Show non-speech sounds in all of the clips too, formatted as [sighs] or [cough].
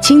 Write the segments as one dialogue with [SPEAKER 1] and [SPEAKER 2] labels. [SPEAKER 1] 倾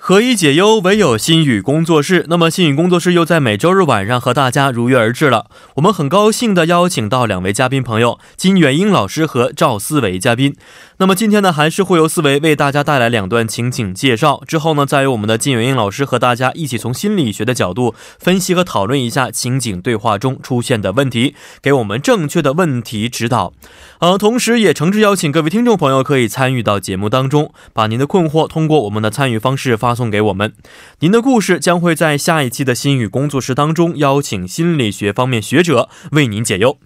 [SPEAKER 2] 何以解忧，唯有心语工作室。那么，心语工作室又在每周日晚上和大家如约而至了。我们很高兴的邀请到两位嘉宾朋友，金元英老师和赵思维嘉宾。那么今天呢，还是会由思维为大家带来两段情景介绍，之后呢，再由我们的金元英老师和大家一起从心理学的角度分析和讨论一下情景对话中出现的问题，给我们正确的问题指导。呃，同时也诚挚邀请各位听众朋友可以参与到节目当中，把您的困惑通过我们的参与方式发送给我们。您的故事将会在下一期的心语工作室当中邀请心理学方面学者为您解忧。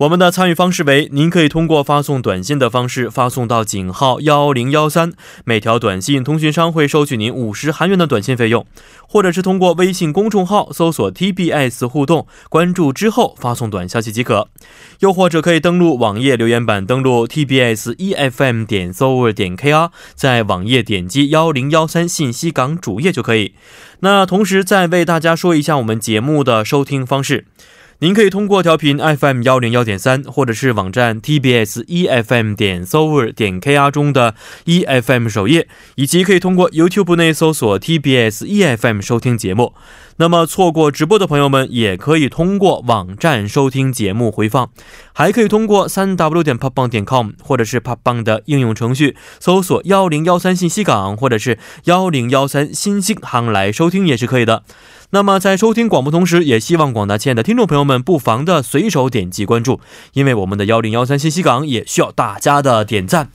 [SPEAKER 2] 我们的参与方式为：您可以通过发送短信的方式发送到井号幺零幺三，每条短信通讯商会收取您五十韩元的短信费用；或者是通过微信公众号搜索 TBS 互动，关注之后发送短消息即可；又或者可以登录网页留言板，登录 TBS EFM E 点 s o u r 点 KR，在网页点击幺零幺三信息港主页就可以。那同时再为大家说一下我们节目的收听方式。您可以通过调频 FM 幺零幺点三，或者是网站 TBS EFM E 点 s o u r 点 KR 中的 EFM 首页，以及可以通过 YouTube 内搜索 TBS EFM E 收听节目。那么错过直播的朋友们，也可以通过网站收听节目回放，还可以通过三 W 点 p o p b a n g 点 com 或者是 p o p b a n g 的应用程序搜索幺零幺三信息港或者是幺零幺三新星行来收听也是可以的。那么在收听广播同时，也希望广大亲爱的听众朋友们不妨的随手点击关注，因为我们的幺零幺三信息港也需要大家的点赞。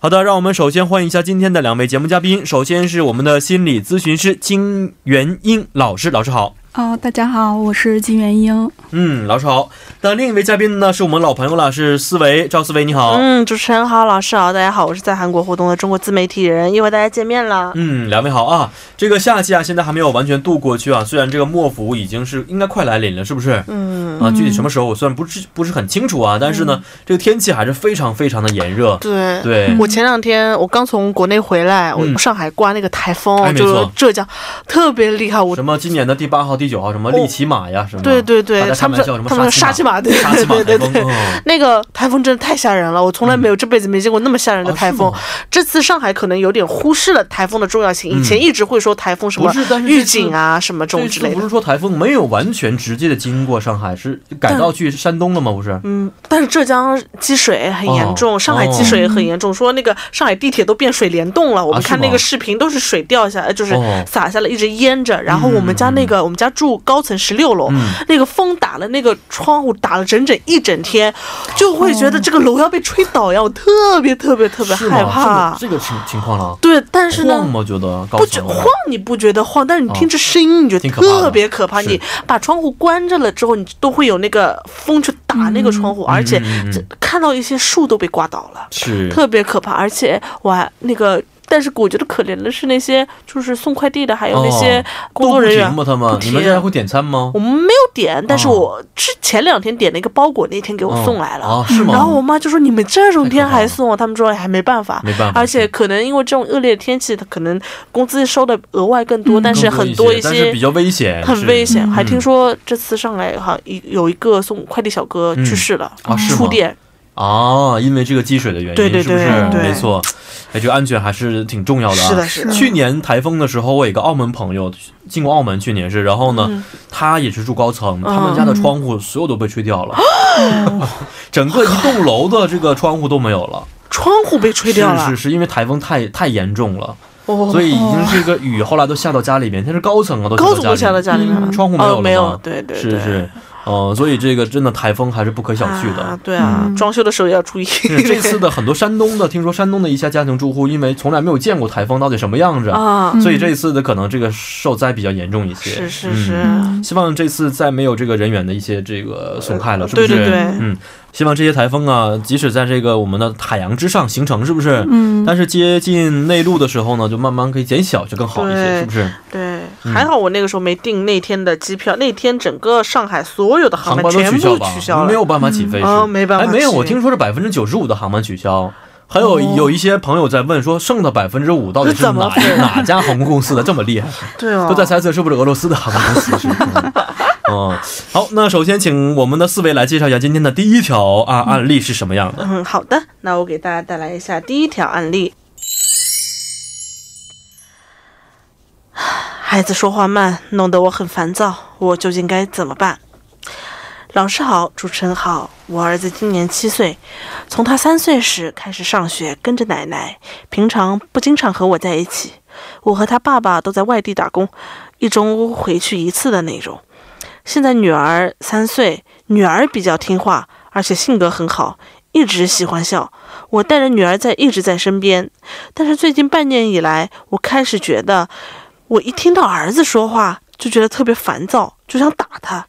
[SPEAKER 2] 好的，让我们首先欢迎一下今天的两位节目嘉宾，首先是我们的心理咨询师金元英老师，老师好。
[SPEAKER 3] 哦，大家好，我是金元英。
[SPEAKER 2] 嗯，老师好。那另一位嘉宾呢，是我们老朋友了，是思维赵思维，你好。
[SPEAKER 4] 嗯，主持人好，老师好，大家好，我是在韩国活动的中国自媒体人，又和大家见面了。
[SPEAKER 2] 嗯，两位好啊！这个夏季啊，现在还没有完全度过去啊。虽然这个末伏已经是应该快来临了，是不是？
[SPEAKER 4] 嗯，
[SPEAKER 2] 啊，具体什么时候我虽然不是不是很清楚啊，但是呢，这个天气还是非常非常的炎热。
[SPEAKER 4] 对。
[SPEAKER 2] 对，
[SPEAKER 4] 我前两天我刚从国内回来，我
[SPEAKER 2] 嗯
[SPEAKER 4] 上海刮那个台风，啊
[SPEAKER 2] 哎没
[SPEAKER 4] 就
[SPEAKER 2] 错
[SPEAKER 4] 浙江特别厉害。我
[SPEAKER 2] 什么今年的第八号、第九号什么利骑马呀，什么
[SPEAKER 4] 对对
[SPEAKER 2] 大
[SPEAKER 4] 对，
[SPEAKER 2] 家
[SPEAKER 4] 他
[SPEAKER 2] 开
[SPEAKER 4] 们
[SPEAKER 2] 玩笑
[SPEAKER 4] 说
[SPEAKER 2] 什么
[SPEAKER 4] 他们说沙
[SPEAKER 2] 琪
[SPEAKER 4] 琪马，对
[SPEAKER 2] 沙琪马
[SPEAKER 4] 对
[SPEAKER 2] 台
[SPEAKER 4] 对
[SPEAKER 2] 风，
[SPEAKER 4] 对，
[SPEAKER 2] 嗯
[SPEAKER 4] 那个台风真的太吓人了，我从来没有这辈子没见过那么吓人的
[SPEAKER 2] 啊
[SPEAKER 4] 台
[SPEAKER 2] 是
[SPEAKER 4] 风
[SPEAKER 2] 吗。
[SPEAKER 4] 这次上海可能有点忽视了台风的重要性，以
[SPEAKER 2] 嗯
[SPEAKER 4] 前一直会说台风什
[SPEAKER 2] 不
[SPEAKER 4] 么
[SPEAKER 2] 是，但是
[SPEAKER 4] 预
[SPEAKER 2] 这次
[SPEAKER 4] 警。啊什么这
[SPEAKER 2] 这
[SPEAKER 4] 种之
[SPEAKER 2] 次
[SPEAKER 4] 类
[SPEAKER 2] 不
[SPEAKER 4] 的
[SPEAKER 2] 是。说台风没有完全直接的经过上海，是改到去山东了吗？不是？
[SPEAKER 4] 嗯，但是浙江积水很严重，
[SPEAKER 2] 哦
[SPEAKER 4] 上海积水也很严重，说那个上海地铁都变水帘洞了。我们
[SPEAKER 2] 啊是
[SPEAKER 4] 看那
[SPEAKER 2] 吗
[SPEAKER 4] 个视频都是水掉下来，就是
[SPEAKER 2] 哦
[SPEAKER 4] 洒下来，一直淹着。然后我们家那个、我们家住高层十六楼，
[SPEAKER 2] 嗯
[SPEAKER 4] 那个风打了那个窗户打了整整一整天，就会觉得这个楼要被吹倒呀，我特别特别特别
[SPEAKER 2] 哦是
[SPEAKER 4] 害
[SPEAKER 2] 吗？
[SPEAKER 4] 怕。
[SPEAKER 2] 这个这个情情况了。
[SPEAKER 4] 对，但是呢
[SPEAKER 2] 晃。吗？觉得高啊
[SPEAKER 4] 不觉
[SPEAKER 2] 层
[SPEAKER 4] 晃你不觉得晃，但是你
[SPEAKER 2] 哦
[SPEAKER 4] 听这声音，你觉得
[SPEAKER 2] 挺可怕的
[SPEAKER 4] 特别可怕。
[SPEAKER 2] 是
[SPEAKER 4] 你把窗户关着了之后，你都会有那个风去打那个窗户，而且
[SPEAKER 2] 嗯嗯嗯
[SPEAKER 4] 这看到一些树都被刮倒了，
[SPEAKER 2] 是
[SPEAKER 4] 特别可怕。而且我还那个，但是我觉得可怜的是那些就是送快递的，还有那些
[SPEAKER 2] 哦
[SPEAKER 4] 工作人员
[SPEAKER 2] 都不。停吗？他们你
[SPEAKER 4] 不停
[SPEAKER 2] 们现在会点餐吗
[SPEAKER 4] 我？们没有点，但是
[SPEAKER 2] 哦
[SPEAKER 4] 我之前两天点了一个包裹，那天给我送来了。
[SPEAKER 2] 哦、啊是吗？
[SPEAKER 4] 然后我妈就说：“你们这种
[SPEAKER 2] 太
[SPEAKER 4] 天
[SPEAKER 2] 可怕了
[SPEAKER 4] 还送啊？”他们说：“哎，没办法，
[SPEAKER 2] 没办法，
[SPEAKER 4] 而且可能因为这种恶劣的天气，他可能工资收的额外更多，
[SPEAKER 3] 嗯
[SPEAKER 4] 但是
[SPEAKER 2] 更
[SPEAKER 4] 很
[SPEAKER 2] 多
[SPEAKER 4] 多一
[SPEAKER 2] 但是比
[SPEAKER 4] 些
[SPEAKER 2] 较危险，
[SPEAKER 4] 很
[SPEAKER 2] 是
[SPEAKER 4] 危险。
[SPEAKER 3] 嗯
[SPEAKER 4] 还听说这次上海好像有有一个送快递小哥去世了，
[SPEAKER 2] 啊，是
[SPEAKER 4] 触
[SPEAKER 2] 吗？
[SPEAKER 4] 电。
[SPEAKER 2] 啊，因为这个积水的原因，
[SPEAKER 4] 对对对
[SPEAKER 2] 是不是？
[SPEAKER 4] 对
[SPEAKER 2] 没错，哎，这个安全还是挺重要的、啊。
[SPEAKER 4] 是的，是的。
[SPEAKER 2] 去年台风的时候，我有一个澳门朋友进过澳门，去年是，然后呢，
[SPEAKER 4] 嗯
[SPEAKER 2] 他也是住高层，他们家的窗户所有都被吹掉了，
[SPEAKER 4] 哦
[SPEAKER 2] [laughs] 整个一栋楼的这个窗户都没有了。
[SPEAKER 4] 窗户被吹掉了，
[SPEAKER 2] 是是是因为台风太太严重了，
[SPEAKER 4] 哦，
[SPEAKER 2] 所以已经是一个雨，后来都下到家里面，它是高层啊，都
[SPEAKER 4] 高总哦都下到
[SPEAKER 2] 里
[SPEAKER 4] 家里面了
[SPEAKER 3] 嗯，
[SPEAKER 2] 窗户没有了
[SPEAKER 4] 哦，
[SPEAKER 2] 吗
[SPEAKER 4] 没有，对对对，
[SPEAKER 2] 是是，哦、所以这个真的台风还是不可小觑的。
[SPEAKER 4] 啊，对啊
[SPEAKER 3] 嗯，
[SPEAKER 4] 装修的时候也要注意。
[SPEAKER 2] 是这次的很多山东的，听说山东的一些家庭住户，因为从来没有见过台风到底什么样子，
[SPEAKER 4] [laughs] 啊，
[SPEAKER 2] 所以这一次的可能这个受灾比较严重一些。
[SPEAKER 4] 是是是呃
[SPEAKER 2] 嗯，
[SPEAKER 3] 嗯
[SPEAKER 2] 希望这次再没有这个人员的一些这个损害了，是不
[SPEAKER 4] 对
[SPEAKER 2] 是？
[SPEAKER 4] 对对，
[SPEAKER 2] 嗯，希望这些台风啊，即使在这个我们的海洋之上形成，是不是？
[SPEAKER 3] 嗯，
[SPEAKER 2] 但是接近内陆的时候呢，就慢慢可以减小，就更好一些，
[SPEAKER 4] 对
[SPEAKER 2] 是不是？
[SPEAKER 4] 对，
[SPEAKER 2] 嗯
[SPEAKER 4] 还好我那个时候没订那天的机票，那天整个上海所有的
[SPEAKER 2] 航
[SPEAKER 4] 班
[SPEAKER 2] 班都
[SPEAKER 4] 全
[SPEAKER 2] 取消
[SPEAKER 4] 部
[SPEAKER 2] 吧
[SPEAKER 4] 取消，了
[SPEAKER 2] 没。有办法起飞是。
[SPEAKER 4] 嗯哦没办法
[SPEAKER 2] 哎，没有，
[SPEAKER 4] 起嗯
[SPEAKER 2] 我听说是百分之九十五的航班取消，还有有一些朋友在问说，剩的百分之五到
[SPEAKER 4] [laughs]
[SPEAKER 2] 底是
[SPEAKER 4] 怎么
[SPEAKER 2] 哪 [laughs]
[SPEAKER 4] 分
[SPEAKER 2] 哪家航空公司的这么厉害？
[SPEAKER 4] 对啊，
[SPEAKER 2] 都在猜测是不是俄罗斯的航空公司是。 [laughs] 嗯嗯，好，那首先请我们的四位来介绍一下今天的第一条啊案例是什么样的。
[SPEAKER 4] 嗯，好的，那我给大家带来一下第一条案例。孩子说话慢，弄得我很烦躁，我究竟该怎么办？老师好，主持人好，我儿子今年七岁，从他三岁时开始上学，跟着奶奶，平常不经常和我在一起。我和他爸爸都在外地打工，一周回去一次的那种。现在女儿三岁，女儿比较听话，而且性格很好，一直喜欢笑。我带着女儿在一直在身边，但是最近半年以来，我开始觉得，我一听到儿子说话就觉得特别烦躁，就想打他。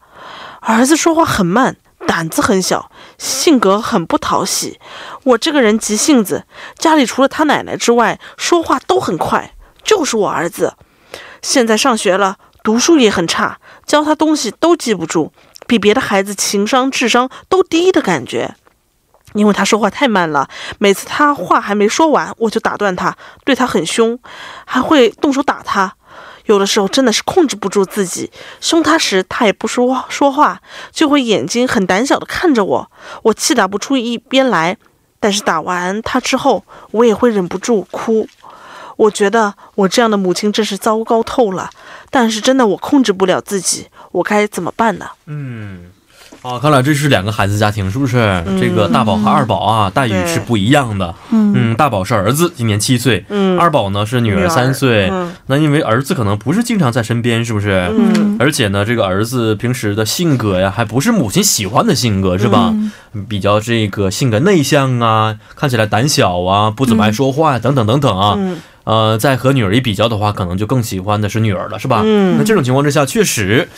[SPEAKER 4] 儿子说话很慢，胆子很小，性格很不讨喜。我这个人急性子，家里除了他奶奶之外，说话都很快，就是我儿子。现在上学了，读书也很差，教他东西都记不住，比别的孩子情商、智商都低的感觉。因为他说话太慢了，每次他话还没说完，我就打断他，对他很凶，还会动手打他。有的时候真的是控制不住自己，凶他时他也不说说话，就会眼睛很胆小的看着我，我气打不出一边来。但是打完他之后，我也会忍不住哭。我觉得我这样的母亲真是糟糕透了，但是真的我控制不了自己，我该怎么办呢？
[SPEAKER 2] 嗯，哦，看来这是两个孩子家庭，是不是？
[SPEAKER 4] 嗯
[SPEAKER 2] 这个大宝和二宝啊，待遇是不一样的。嗯，大宝是儿子，今年七岁；
[SPEAKER 4] 嗯
[SPEAKER 2] 二宝呢是女
[SPEAKER 4] 女
[SPEAKER 2] 儿
[SPEAKER 4] 儿
[SPEAKER 2] 三岁。
[SPEAKER 4] 嗯
[SPEAKER 2] 那因为儿子可能不是经常在身边，是不是？
[SPEAKER 4] 嗯，
[SPEAKER 2] 而且呢，这个儿子平时的性格呀，还不是母亲喜欢的性格，是吧？
[SPEAKER 4] 嗯
[SPEAKER 2] 比较这个性格内向啊，看起来胆小啊，不怎么爱说话、等等等等啊。
[SPEAKER 4] 嗯
[SPEAKER 2] 呃，再和女儿一比较的话，可能就更喜欢的是女儿了，是吧？
[SPEAKER 4] 嗯
[SPEAKER 2] 那这种情况之下，确实，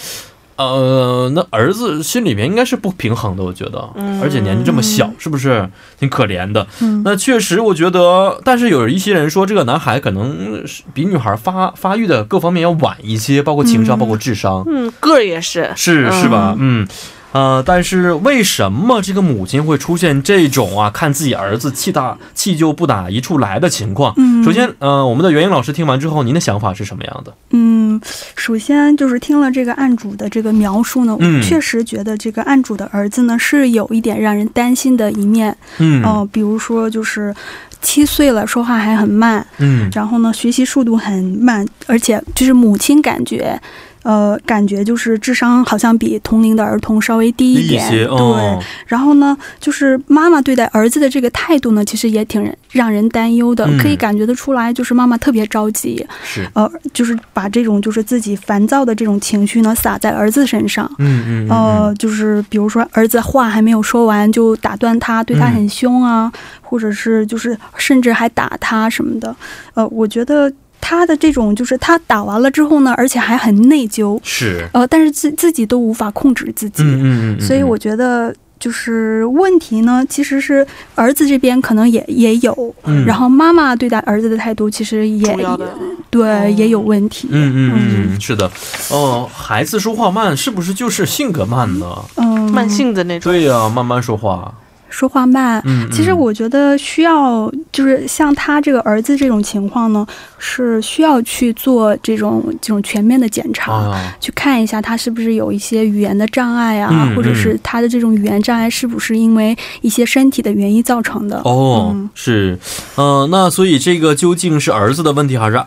[SPEAKER 2] 呃，那儿子心里面应该是不平衡的，我觉得，
[SPEAKER 4] 嗯
[SPEAKER 2] 而且年纪这么小，是不是挺可怜的？
[SPEAKER 3] 嗯
[SPEAKER 2] 那确实，我觉得，但是有一些人说，这个男孩可能是比女孩发发育的各方面要晚一些，包括情商，包括智商，
[SPEAKER 4] 嗯，个儿也是，
[SPEAKER 2] 是
[SPEAKER 4] 嗯
[SPEAKER 2] 是吧？嗯。呃，但是为什么这个母亲会出现这种啊，看自己儿子气大气就不打一处来的情况？
[SPEAKER 3] 嗯
[SPEAKER 2] 首先，呃，我们的袁英老师听完之后，您的想法是什么样的？
[SPEAKER 3] 嗯，首先就是听了这个案主的这个描述呢，
[SPEAKER 2] 嗯
[SPEAKER 3] 我确实觉得这个案主的儿子呢是有一点让人担心的一面。
[SPEAKER 2] 嗯
[SPEAKER 3] 哦、比如说就是七岁了，说话还很慢，
[SPEAKER 2] 嗯
[SPEAKER 3] 然后呢学习速度很慢，而且就是母亲感觉。呃，感觉就是智商好像比同龄的儿童稍微低一
[SPEAKER 2] 一
[SPEAKER 3] 点，
[SPEAKER 2] 些
[SPEAKER 3] 对
[SPEAKER 2] 哦，，
[SPEAKER 3] 然后呢，就是妈妈对待儿子的这个态度呢，其实也挺让人担忧的
[SPEAKER 2] 嗯，
[SPEAKER 3] 可以感觉得出来，就是妈妈特别着急，
[SPEAKER 2] 是，
[SPEAKER 3] 呃，就是把这种就是自己烦躁的这种情绪呢撒在儿子身上。
[SPEAKER 2] 嗯嗯，
[SPEAKER 3] 呃，就是比如说儿子话还没有说完就打断他，对他很凶啊，
[SPEAKER 2] 嗯
[SPEAKER 3] 或者是就是甚至还打他什么的。呃，我觉得他的这种就是他打完了之后呢，而且还很内疚，
[SPEAKER 2] 是，
[SPEAKER 3] 呃，但是自自己都无法控制自己。
[SPEAKER 2] 嗯嗯嗯，
[SPEAKER 3] 所以我觉得就是问题呢，其实是儿子这边可能也也有，
[SPEAKER 2] 嗯
[SPEAKER 3] 然后妈妈对待儿子的态度其实也
[SPEAKER 4] 主要的嗯
[SPEAKER 3] 对也有问题。
[SPEAKER 2] 嗯嗯嗯嗯，是的，哦，孩子说话慢，是不是就是性格慢呢？
[SPEAKER 3] 嗯，
[SPEAKER 4] 慢性子那种。
[SPEAKER 2] 对呀、慢慢说话，
[SPEAKER 3] 说话慢。
[SPEAKER 2] 嗯，嗯
[SPEAKER 3] 其实，我觉得需要就是像他这个儿子这种情况呢，是需要去做这种这种全面的检查。
[SPEAKER 2] 啊，
[SPEAKER 3] 去看一下他是不是有一些语言的障碍啊，
[SPEAKER 2] 嗯
[SPEAKER 3] 或者是他的这种语言障碍是不是因为一些身体的原因造成的？
[SPEAKER 2] 哦，
[SPEAKER 3] 嗯
[SPEAKER 2] 是，嗯、那所以这个究竟是儿子的问题还是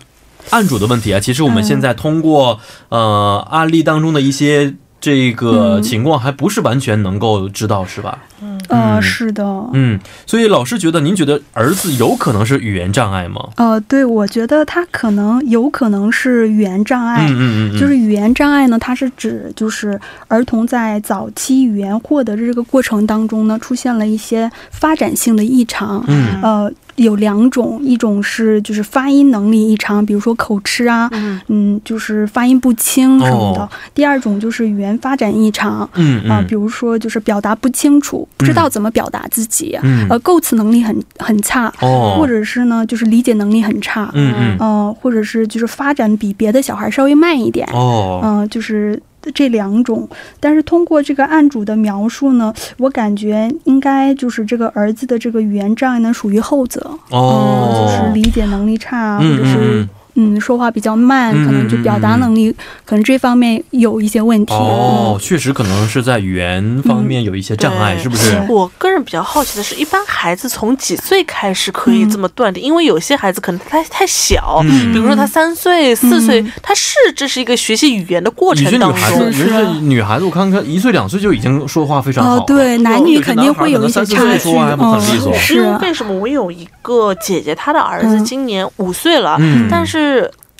[SPEAKER 2] 案主的问题啊？其实我们
[SPEAKER 3] 嗯
[SPEAKER 2] 现在通过、呃案例当中的一些这个
[SPEAKER 3] 嗯
[SPEAKER 2] 情况，还不是完全能够知道，是吧？嗯
[SPEAKER 3] 呃，是的，
[SPEAKER 2] 嗯，所以老师觉得，您觉得儿子有可能是语言障碍吗？
[SPEAKER 3] 呃，对，我觉得他可能有可能是语言障碍。
[SPEAKER 2] 嗯嗯嗯，
[SPEAKER 3] 哎就是语言障碍呢，它是指就是儿童在早期语言获得的这个过程当中呢，出现了一些发展性的异常。
[SPEAKER 2] 嗯
[SPEAKER 3] 呃，有两种，一种是就是发音能力异常，比如说口吃啊，
[SPEAKER 4] 嗯
[SPEAKER 3] 嗯，就是发音不清什么的；
[SPEAKER 2] 哦
[SPEAKER 3] 第二种就是语言发展异常，啊、
[SPEAKER 2] 嗯嗯
[SPEAKER 3] 比如说就是表达不清楚，不知道怎么表达自己，
[SPEAKER 2] 嗯
[SPEAKER 3] 呃，构词能力很很差，
[SPEAKER 2] 哦，
[SPEAKER 3] 或者是呢，就是理解能力很差，呃
[SPEAKER 2] 嗯嗯
[SPEAKER 3] 呃，或者是就是发展比别的小孩稍微慢一点，
[SPEAKER 2] 哦
[SPEAKER 3] 嗯、就是这两种。但是通过这个案主的描述呢，我感觉应该就是这个儿子的这个语言障碍呢属于后者，嗯，就是
[SPEAKER 2] 哦，
[SPEAKER 3] 理解能力差啊，或
[SPEAKER 2] 嗯
[SPEAKER 3] 者
[SPEAKER 2] 嗯
[SPEAKER 3] 是
[SPEAKER 2] 嗯，
[SPEAKER 3] 嗯说话比较慢，可能就表达能力、可能这方面有一些问题。嗯
[SPEAKER 2] 哦，确实可能是在语言方面有一些障碍，
[SPEAKER 4] 对
[SPEAKER 2] 是不是？
[SPEAKER 4] 我个人比较好奇的是，一般孩子从几岁开始可以这么断定？因为有些孩子可能他太小，
[SPEAKER 2] 嗯
[SPEAKER 4] 比如说他三岁、四岁，他是这是一个学习语言的
[SPEAKER 2] 有
[SPEAKER 4] 过程
[SPEAKER 2] 些女
[SPEAKER 4] 当
[SPEAKER 2] 孩子，
[SPEAKER 4] 中
[SPEAKER 2] 有
[SPEAKER 3] 是是
[SPEAKER 2] 些女孩子，我看看一岁两岁就已经说话非常好
[SPEAKER 3] 哦
[SPEAKER 2] 了，，
[SPEAKER 3] 对，男女
[SPEAKER 2] 有些
[SPEAKER 3] 肯
[SPEAKER 2] 男
[SPEAKER 3] 定
[SPEAKER 2] 孩
[SPEAKER 3] 会
[SPEAKER 2] 可
[SPEAKER 3] 有
[SPEAKER 2] 能
[SPEAKER 3] 一些
[SPEAKER 2] 三四
[SPEAKER 3] 差
[SPEAKER 2] 岁
[SPEAKER 3] 距，
[SPEAKER 2] 说话还不
[SPEAKER 3] 嗯，
[SPEAKER 2] 很利索
[SPEAKER 3] 是
[SPEAKER 4] 因为为什么我有一个姐姐，她的儿子
[SPEAKER 3] 嗯
[SPEAKER 4] 今年五岁了，
[SPEAKER 2] 嗯
[SPEAKER 4] 但是。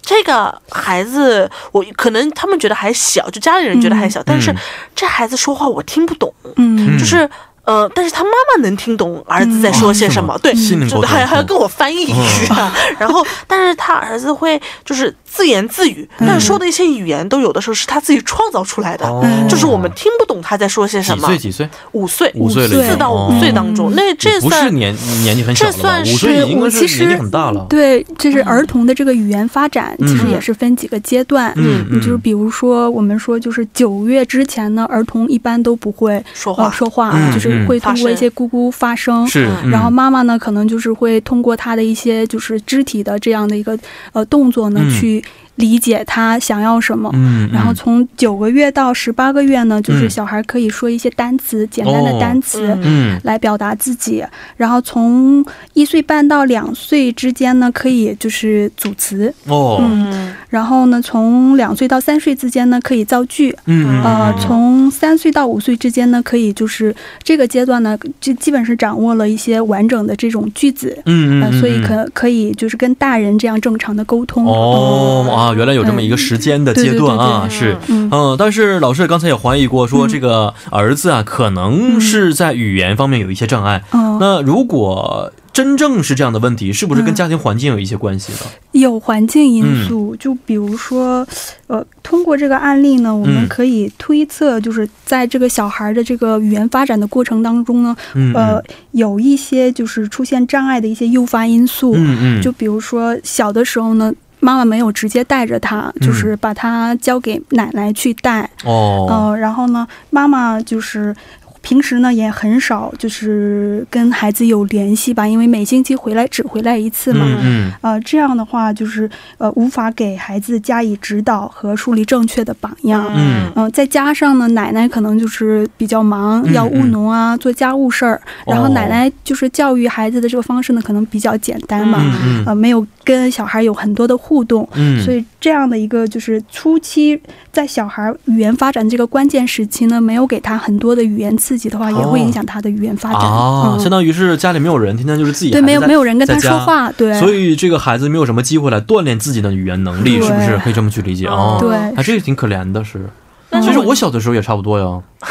[SPEAKER 4] 这个孩子，我可能他们觉得还小，就家里人觉得还小，但是
[SPEAKER 2] 嗯
[SPEAKER 4] 这孩子说话我听不懂，
[SPEAKER 3] 嗯，
[SPEAKER 4] 就是呃，但是他妈妈能听懂儿子在说些什么，
[SPEAKER 2] 哦是吗
[SPEAKER 4] 对，
[SPEAKER 2] 心灵
[SPEAKER 4] 就
[SPEAKER 2] 沟通嗯
[SPEAKER 4] 还还要跟我翻译一下。 [laughs] 然后，但是他儿子会就是自言自语，但是说的一些语言都有的时候是他自己创造出来的，
[SPEAKER 2] 嗯哦
[SPEAKER 4] 就是我们听不懂他在说些什
[SPEAKER 2] 几
[SPEAKER 4] 么
[SPEAKER 2] 岁。几岁？
[SPEAKER 4] 五岁，
[SPEAKER 2] 五岁了已经，
[SPEAKER 4] 四到
[SPEAKER 2] 哦
[SPEAKER 4] 五岁当中，那这
[SPEAKER 2] 也不
[SPEAKER 4] 算
[SPEAKER 2] 是年年纪很小
[SPEAKER 4] 这
[SPEAKER 2] 了吧？
[SPEAKER 4] 算
[SPEAKER 2] 五
[SPEAKER 4] 是
[SPEAKER 2] 岁已经
[SPEAKER 3] 我其
[SPEAKER 2] 是年纪
[SPEAKER 3] 实
[SPEAKER 2] 很大了。
[SPEAKER 3] 对，就是儿童的这个语言发展，其实
[SPEAKER 2] 嗯
[SPEAKER 3] 也是分几个阶段。
[SPEAKER 2] 嗯
[SPEAKER 3] 你就是比如说，我们说就是九月之前呢，儿童一般都不会
[SPEAKER 4] 说
[SPEAKER 3] 呃
[SPEAKER 4] 话，
[SPEAKER 3] 说话，
[SPEAKER 2] 嗯
[SPEAKER 3] 就是
[SPEAKER 2] 嗯
[SPEAKER 3] 会
[SPEAKER 4] 发
[SPEAKER 3] 通过一
[SPEAKER 4] 声
[SPEAKER 3] 些咕咕发声。
[SPEAKER 2] 是，嗯
[SPEAKER 3] 然后妈妈呢，可能就是会通过他的一些就是肢体的这样的一个呃动作呢，
[SPEAKER 2] 嗯
[SPEAKER 3] 去理解他想要什么。
[SPEAKER 2] 嗯，
[SPEAKER 3] 然后
[SPEAKER 2] 嗯
[SPEAKER 3] 从九个月到十八个月呢，就是
[SPEAKER 2] 嗯
[SPEAKER 3] 小孩可以说一些单词，简单
[SPEAKER 2] 哦
[SPEAKER 3] 的单词。
[SPEAKER 4] 嗯
[SPEAKER 2] 嗯
[SPEAKER 3] 来表达自己。然后从一岁半到两岁之间呢，可以就是组词；
[SPEAKER 2] 哦
[SPEAKER 3] 嗯
[SPEAKER 4] 嗯，
[SPEAKER 3] 然后呢，从两岁到三岁之间呢，可以造句；
[SPEAKER 2] 嗯
[SPEAKER 3] 呃
[SPEAKER 2] 嗯，
[SPEAKER 3] 从三岁到五岁之间呢，可以就是这个阶段呢，就基本是掌握了一些完整的这种句子。
[SPEAKER 2] 嗯
[SPEAKER 3] 呃
[SPEAKER 2] 嗯，
[SPEAKER 3] 所以
[SPEAKER 2] 嗯
[SPEAKER 3] 可可以就是跟大人这样正常的沟通。
[SPEAKER 2] 哦
[SPEAKER 3] 呃
[SPEAKER 2] 啊，原来有这么一个时间的阶段啊，
[SPEAKER 3] 嗯
[SPEAKER 2] 是。
[SPEAKER 3] 嗯，
[SPEAKER 2] 嗯，但是老师刚才也怀疑过，说这个儿子啊，可能是在语言方面有一些障碍。
[SPEAKER 3] 嗯，
[SPEAKER 2] 那如果真正是这样的问题，是不是跟
[SPEAKER 3] 嗯
[SPEAKER 2] 家庭环境有一些关系呢？
[SPEAKER 3] 有环境因
[SPEAKER 2] 嗯
[SPEAKER 3] 素，就比如说，呃，通过这个案例呢，我
[SPEAKER 2] 嗯
[SPEAKER 3] 们可以推测，就是在这个小孩的这个语言发展的过程当中呢，
[SPEAKER 2] 嗯
[SPEAKER 3] 呃，有一些就是出现障碍的一些诱发因素，
[SPEAKER 2] 嗯嗯，
[SPEAKER 3] 就比如说小的时候呢。妈妈没有直接带着他，
[SPEAKER 2] 嗯
[SPEAKER 3] 就是把他交给奶奶去带。
[SPEAKER 2] 哦，
[SPEAKER 3] 呃，然后呢，妈妈就是平时呢也很少就是跟孩子有联系吧，因为每星期回来只回来一次嘛。
[SPEAKER 2] 嗯嗯
[SPEAKER 3] 呃，这样的话就是呃无法给孩子加以指导和树立正确的榜样。嗯
[SPEAKER 2] 嗯
[SPEAKER 3] 再加上呢，奶奶可能就是比较忙，
[SPEAKER 2] 嗯
[SPEAKER 3] 要务农啊，做家务事儿。然
[SPEAKER 2] 哦
[SPEAKER 3] 后奶奶就是教育孩子的这个方式呢，可能比较简单嘛，
[SPEAKER 2] 嗯
[SPEAKER 3] 呃，没有跟小孩有很多的互动，
[SPEAKER 2] 嗯，
[SPEAKER 3] 所
[SPEAKER 2] 以
[SPEAKER 3] 以这样的一个就是初期在小孩语言发展这个关键时期呢，没有给他很多的语言刺激的话，也会
[SPEAKER 2] 哦
[SPEAKER 3] 影响他的语言发展。
[SPEAKER 2] 啊，
[SPEAKER 3] 嗯
[SPEAKER 2] 相当于是家里没有人，天天就是自己
[SPEAKER 3] 对，没有
[SPEAKER 2] 孩子在
[SPEAKER 3] 没有人跟
[SPEAKER 2] 在
[SPEAKER 3] 他说
[SPEAKER 2] 家
[SPEAKER 3] 话，对，
[SPEAKER 2] 所以这个孩子没有什么机会来锻炼自己的语言能力，
[SPEAKER 3] 对
[SPEAKER 2] 是不是可以这么去理解哦？
[SPEAKER 3] 对，，
[SPEAKER 2] 啊，这个挺可怜的，是。
[SPEAKER 4] 但
[SPEAKER 2] 其
[SPEAKER 4] 是
[SPEAKER 2] 实我小的时候也差不多呀，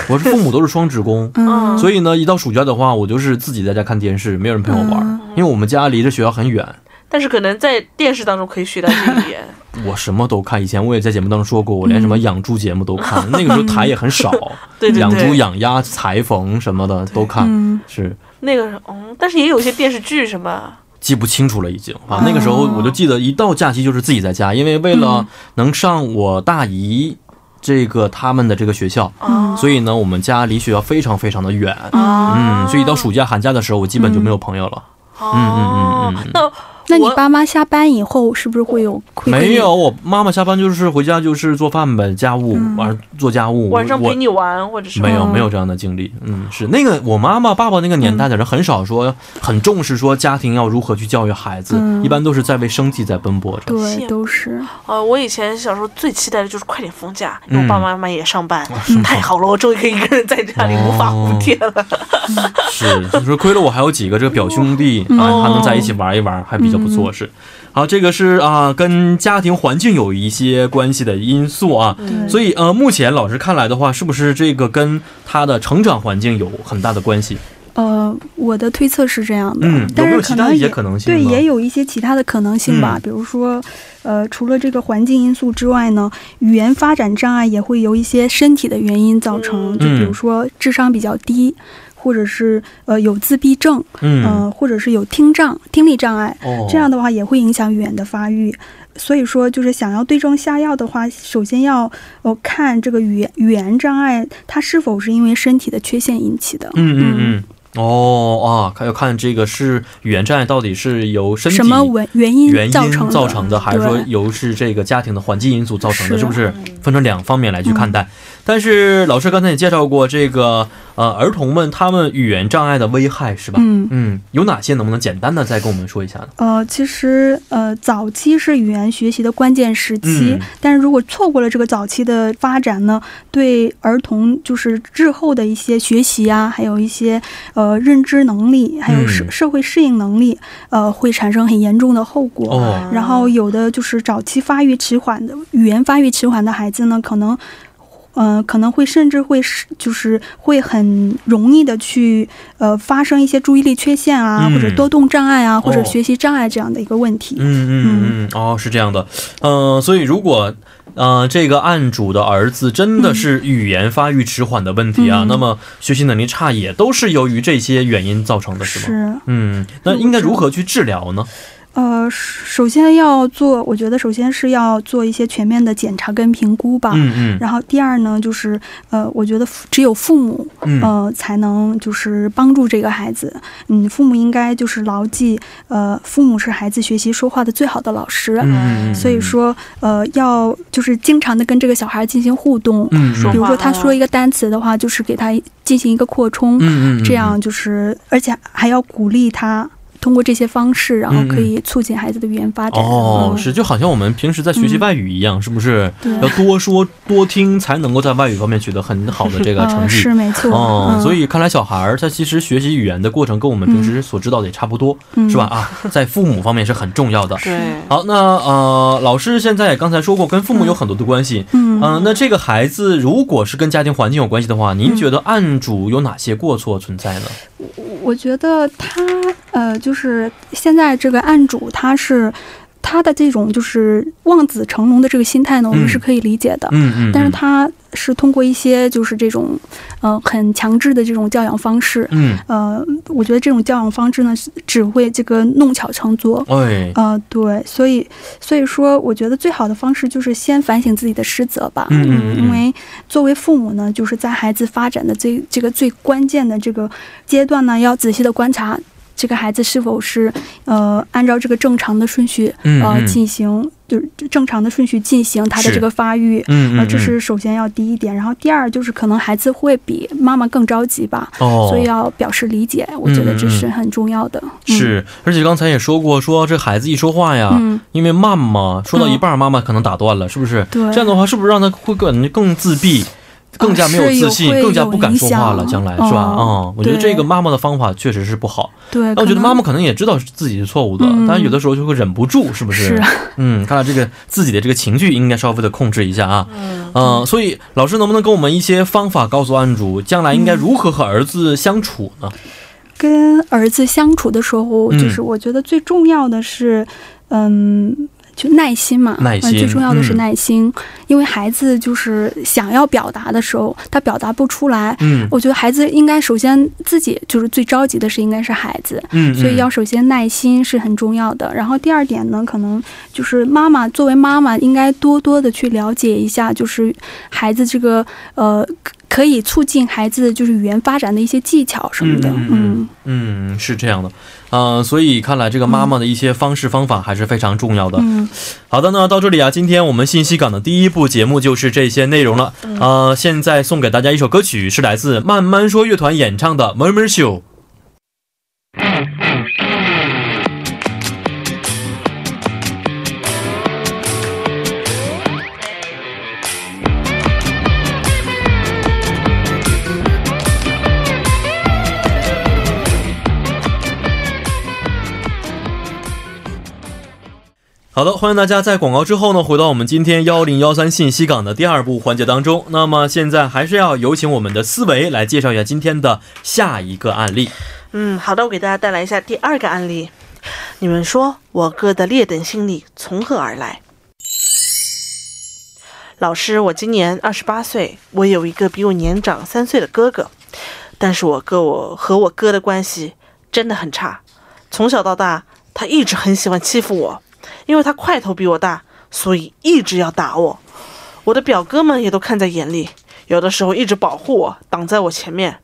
[SPEAKER 2] 我是父母都是双职工
[SPEAKER 3] 嗯
[SPEAKER 4] 嗯，
[SPEAKER 2] 所以呢，一到暑假的话，我就是自己在家看电视，没有人陪我玩
[SPEAKER 3] 嗯
[SPEAKER 2] 儿，因为我们家离着学校很远，
[SPEAKER 4] 但是可能在电视当中可以学到这一 [laughs] 点，
[SPEAKER 2] 我什么都看。以前我也在节目当中说过，我连什么养猪节目都看， [laughs] 那个时候台也很少，
[SPEAKER 4] 嗯 [laughs] 对对对
[SPEAKER 2] 养猪、养鸭、裁缝什么的都
[SPEAKER 4] 啊
[SPEAKER 2] 看，
[SPEAKER 3] 嗯
[SPEAKER 2] 是
[SPEAKER 4] 那个，嗯，但是也有一些电视剧什么，
[SPEAKER 2] 记不清楚了已经啊。
[SPEAKER 4] 哦
[SPEAKER 2] 那个时候我就记得，一到假期就是自己在家，因为为
[SPEAKER 4] 嗯
[SPEAKER 2] 了能上我大姨这个他们的这个学校，
[SPEAKER 4] 啊，
[SPEAKER 2] 所以呢，我们家离学校非常非常的远，
[SPEAKER 4] 啊
[SPEAKER 2] 嗯，所以到暑假寒假的时候，我基本就没有朋友了。嗯嗯嗯
[SPEAKER 4] 哦
[SPEAKER 2] 嗯嗯
[SPEAKER 4] 那
[SPEAKER 3] 那你
[SPEAKER 4] 我
[SPEAKER 3] 爸妈下班以后是不是会有？会跟你
[SPEAKER 2] 没有，我妈妈下班就是回家就是做饭呗，家务
[SPEAKER 3] 嗯
[SPEAKER 2] 晚上做家务，
[SPEAKER 4] 晚上
[SPEAKER 2] 我
[SPEAKER 4] 陪你玩或者是
[SPEAKER 2] 没有
[SPEAKER 3] 嗯
[SPEAKER 2] 没有这样的经历，嗯，是那个我妈妈爸爸那个年代的人很少说很重视说家庭要如何去教育孩子，
[SPEAKER 3] 嗯
[SPEAKER 2] 一般都是在为生计在奔波着。
[SPEAKER 3] 对，都是
[SPEAKER 4] 呃，我以前小时候最期待的就是快点放假，因为我爸
[SPEAKER 2] 嗯
[SPEAKER 4] 爸妈妈也上班，太好了，我终于可以一个人在家里无法
[SPEAKER 2] 哦
[SPEAKER 4] 无天了。
[SPEAKER 2] 是，就是说亏了我还有几个这个表兄弟
[SPEAKER 3] 嗯
[SPEAKER 2] 啊，还能在一起玩一玩，还比较不错是。好，这个是啊，跟家庭环境有一些关系的因素啊。
[SPEAKER 4] 嗯
[SPEAKER 3] 对
[SPEAKER 2] 所以呃，目前老师看来的话，是不是这个跟他的成长环境有很大的关系？
[SPEAKER 3] 呃，我的推测是这样的，
[SPEAKER 2] 嗯有没
[SPEAKER 3] 但
[SPEAKER 2] 有
[SPEAKER 3] 是
[SPEAKER 2] 其
[SPEAKER 3] 可
[SPEAKER 2] 他
[SPEAKER 3] 能
[SPEAKER 2] 一些
[SPEAKER 3] 也
[SPEAKER 2] 可能性
[SPEAKER 3] 对，
[SPEAKER 2] 呢
[SPEAKER 3] 也有一些其他的可能性吧，
[SPEAKER 2] 嗯
[SPEAKER 3] 比如说，呃，除了这个环境因素之外呢，语言发展障碍也会由一些身体的原因造成，
[SPEAKER 4] 嗯
[SPEAKER 3] 就比
[SPEAKER 2] 嗯
[SPEAKER 3] 如说智商比较低。或者是呃有自闭症，
[SPEAKER 2] 嗯，
[SPEAKER 3] 呃，或者是有听障、听力障碍，
[SPEAKER 2] 哦
[SPEAKER 3] 嗯这样的话也会影响语言的发育。所以说，就是想要对症下药的话，首先要呃看这个语言语言障碍它是否是因为身体的缺陷引起的。
[SPEAKER 2] 嗯嗯嗯。哦啊，看要看这个是语言障碍到底是由身体
[SPEAKER 3] 什么原原因
[SPEAKER 2] 原因
[SPEAKER 3] 造成的？
[SPEAKER 2] 造成的，还是说
[SPEAKER 3] 对
[SPEAKER 2] 由是这个家庭的环境因素造成的，
[SPEAKER 3] 是嗯
[SPEAKER 2] 是不是？分成两方面来去看待。但是老师刚才也介绍过，这个呃儿童们他们语言障碍的危害是吧？
[SPEAKER 3] 嗯。
[SPEAKER 2] 嗯，有哪些？能不能简单的再跟我们说一下呢？
[SPEAKER 3] 呃，其实呃，早期是语言学习的关键时期，
[SPEAKER 2] 嗯
[SPEAKER 3] 但是如果错过了这个早期的发展呢，对儿童就是日后的一些学习啊，还有一些呃认知能力，还有社
[SPEAKER 2] 嗯
[SPEAKER 3] 社会适应能力，呃，会产生很严重的后果。
[SPEAKER 2] 哦，
[SPEAKER 3] 然后有的就是早期发育迟缓的语言发育迟缓的孩子呢，可能，呃，可能会甚至会是就是会很容易的去呃发生一些注意力缺陷啊，
[SPEAKER 2] 嗯
[SPEAKER 3] 或者多动障碍啊，或者
[SPEAKER 2] 哦
[SPEAKER 3] 学习障碍这样的一个问题。
[SPEAKER 2] 嗯嗯嗯，哦，是这样的，嗯、所以如果，呃，这个案主的儿子真的是语言发育迟缓的问题啊，
[SPEAKER 3] 嗯
[SPEAKER 2] 那么学习能力差也都是由于这些原因造成的，是吗？
[SPEAKER 3] 是，
[SPEAKER 2] 嗯，那应该如何去治疗呢？
[SPEAKER 3] 呃，首先要做，我觉得首先是要做一些全面的检查跟评估吧。
[SPEAKER 2] 嗯嗯
[SPEAKER 3] 然后第二呢，就是呃，我觉得父只有父母
[SPEAKER 2] 嗯，
[SPEAKER 3] 呃，才能就是帮助这个孩子。嗯，父母应该就是牢记，呃，父母是孩子学习说话的最好的老师。
[SPEAKER 2] 嗯
[SPEAKER 3] 呃所以，说，呃，要就是经常的跟这个小孩进行互动。
[SPEAKER 2] 嗯嗯
[SPEAKER 4] 说
[SPEAKER 3] 比如
[SPEAKER 4] 话
[SPEAKER 3] 说，他
[SPEAKER 4] 啊
[SPEAKER 3] 说一个单词的话，就是给他进行一个扩充，
[SPEAKER 2] 嗯嗯，
[SPEAKER 3] 这样就是，而且还要鼓励他通过这些方式，然后可以促进孩子的语言发展。
[SPEAKER 2] 哦，
[SPEAKER 3] 嗯
[SPEAKER 2] 是就好像我们平时在学习外语一样，是不是？
[SPEAKER 3] 对，
[SPEAKER 2] 要多说多听，才能够在外语方面取得很好的这个成
[SPEAKER 3] 呃，
[SPEAKER 2] 绩。
[SPEAKER 3] 是没错。
[SPEAKER 2] 哦，
[SPEAKER 3] 嗯
[SPEAKER 2] 所以看来小孩儿他其实学习语言的过程跟我们平时所知道的也差不多，
[SPEAKER 3] 嗯
[SPEAKER 2] 是吧？啊，在父母方面是很重要的。
[SPEAKER 4] 对，
[SPEAKER 2] 好，那呃，老师现在也刚才说过，跟父母有很多的关系。
[SPEAKER 3] 嗯
[SPEAKER 2] 嗯、那这个孩子如果是跟家庭环境有关系的话，您觉得案主有哪些过错存在呢？
[SPEAKER 3] 我觉得他呃，就是现在这个案主他是他的这种就是望子成龙的这个心态呢，我们
[SPEAKER 2] 嗯
[SPEAKER 3] 是可以理解的。
[SPEAKER 2] 嗯嗯，
[SPEAKER 3] 但是他是通过一些就是这种，呃，很强制的这种教养方式，
[SPEAKER 2] 嗯，
[SPEAKER 3] 呃，我觉得这种教养方式呢，是只会这个弄巧成拙，
[SPEAKER 2] 哎，
[SPEAKER 3] 呃，对，所以所以说，我觉得最好的方式就是先反省自己的失责吧，
[SPEAKER 2] 嗯嗯嗯
[SPEAKER 3] 因为作为父母呢，就是在孩子发展的这这个最关键的这个阶段呢，要仔细的观察这个孩子是否是呃按照这个正常的顺序
[SPEAKER 2] 嗯
[SPEAKER 3] 呃
[SPEAKER 2] 嗯
[SPEAKER 3] 进行，就是正常的顺序进行他的
[SPEAKER 2] 是
[SPEAKER 3] 这个发育。
[SPEAKER 2] 嗯
[SPEAKER 3] 呃，
[SPEAKER 2] 嗯，
[SPEAKER 3] 这是首先要第一点，然后第二就是可能孩子会比妈妈更着急吧，
[SPEAKER 2] 哦，嗯
[SPEAKER 3] 所以要表示理解，我觉得这是很重要的。嗯、
[SPEAKER 2] 是，啊而且刚才也说过，说这孩子一说话呀，
[SPEAKER 3] 嗯
[SPEAKER 2] 因为慢嘛，说到一
[SPEAKER 3] 嗯
[SPEAKER 2] 半儿，妈妈可能打断了，是不是？
[SPEAKER 3] 对
[SPEAKER 2] 这样的话，是不是让他会感觉更自闭，更加没有
[SPEAKER 3] 啊是有
[SPEAKER 2] 自信，
[SPEAKER 3] 会
[SPEAKER 2] 更加
[SPEAKER 3] 有
[SPEAKER 2] 不敢
[SPEAKER 3] 影
[SPEAKER 2] 说话了？
[SPEAKER 3] 响
[SPEAKER 2] 将来是吧？嗯
[SPEAKER 3] 哦，
[SPEAKER 2] 我觉得
[SPEAKER 3] 对
[SPEAKER 2] 这个妈妈的方法确实是不好。
[SPEAKER 3] 对，
[SPEAKER 2] 那我
[SPEAKER 3] 可
[SPEAKER 2] 觉得妈
[SPEAKER 3] 能
[SPEAKER 2] 妈可能也知道是自己是错误的，
[SPEAKER 3] 嗯
[SPEAKER 2] 但有的时候就会忍不住，是不是？
[SPEAKER 3] 是啊
[SPEAKER 2] 嗯，看来这个自己的这个情绪应该稍微的控制一下啊。嗯、所以老师能不能给我们一些方法，告诉案主将来应该如何和儿子相处呢？
[SPEAKER 3] 跟儿子相处的时候，
[SPEAKER 2] 嗯
[SPEAKER 3] 就是我觉得最重要的是，嗯。就耐心嘛，
[SPEAKER 2] 耐心
[SPEAKER 3] 嗯最重要的是
[SPEAKER 2] 嗯
[SPEAKER 3] 耐心、因为孩子就是想要表达的时候，他表达不出来。
[SPEAKER 2] 嗯
[SPEAKER 3] 我觉得孩子应该首先自己就是最着急的是应该是孩子，
[SPEAKER 2] 嗯，
[SPEAKER 3] 所以
[SPEAKER 2] 嗯
[SPEAKER 3] 要首先耐心是很重要的。然后第二点呢，可能就是妈妈作为妈妈，应该多多的去了解一下，就是孩子这个呃，可可以促进孩子就是语言发展的一些技巧什么的。
[SPEAKER 2] 嗯嗯嗯，是这样的，嗯、所以看来这个妈妈的一些方式方法还是非常重要的。
[SPEAKER 3] 嗯
[SPEAKER 2] 好的，那到这里啊，今天我们信息港的第一部节目就是这些内容了。呃，现在送给大家一首歌曲，是来自慢慢说乐团演唱的《Murmur Show》。好的，欢迎大家在广告之后呢，回到我们今天幺零幺三信息港的第二部环节当中。那么现在还是要有请我们的思维来介绍一下今天的下一个案例。
[SPEAKER 4] 嗯，好的，我给大家带来一下第二个案例。你们说我哥的劣等心理从何而来？老师，我今年二十八岁，我有一个比我年长三岁的哥哥，但是我哥我和我哥的关系真的很差，从小到大他一直很喜欢欺负我，因为他块头比我大，所以一直要打我。我的表哥们也都看在眼里，有的时候一直保护我，挡在我前面。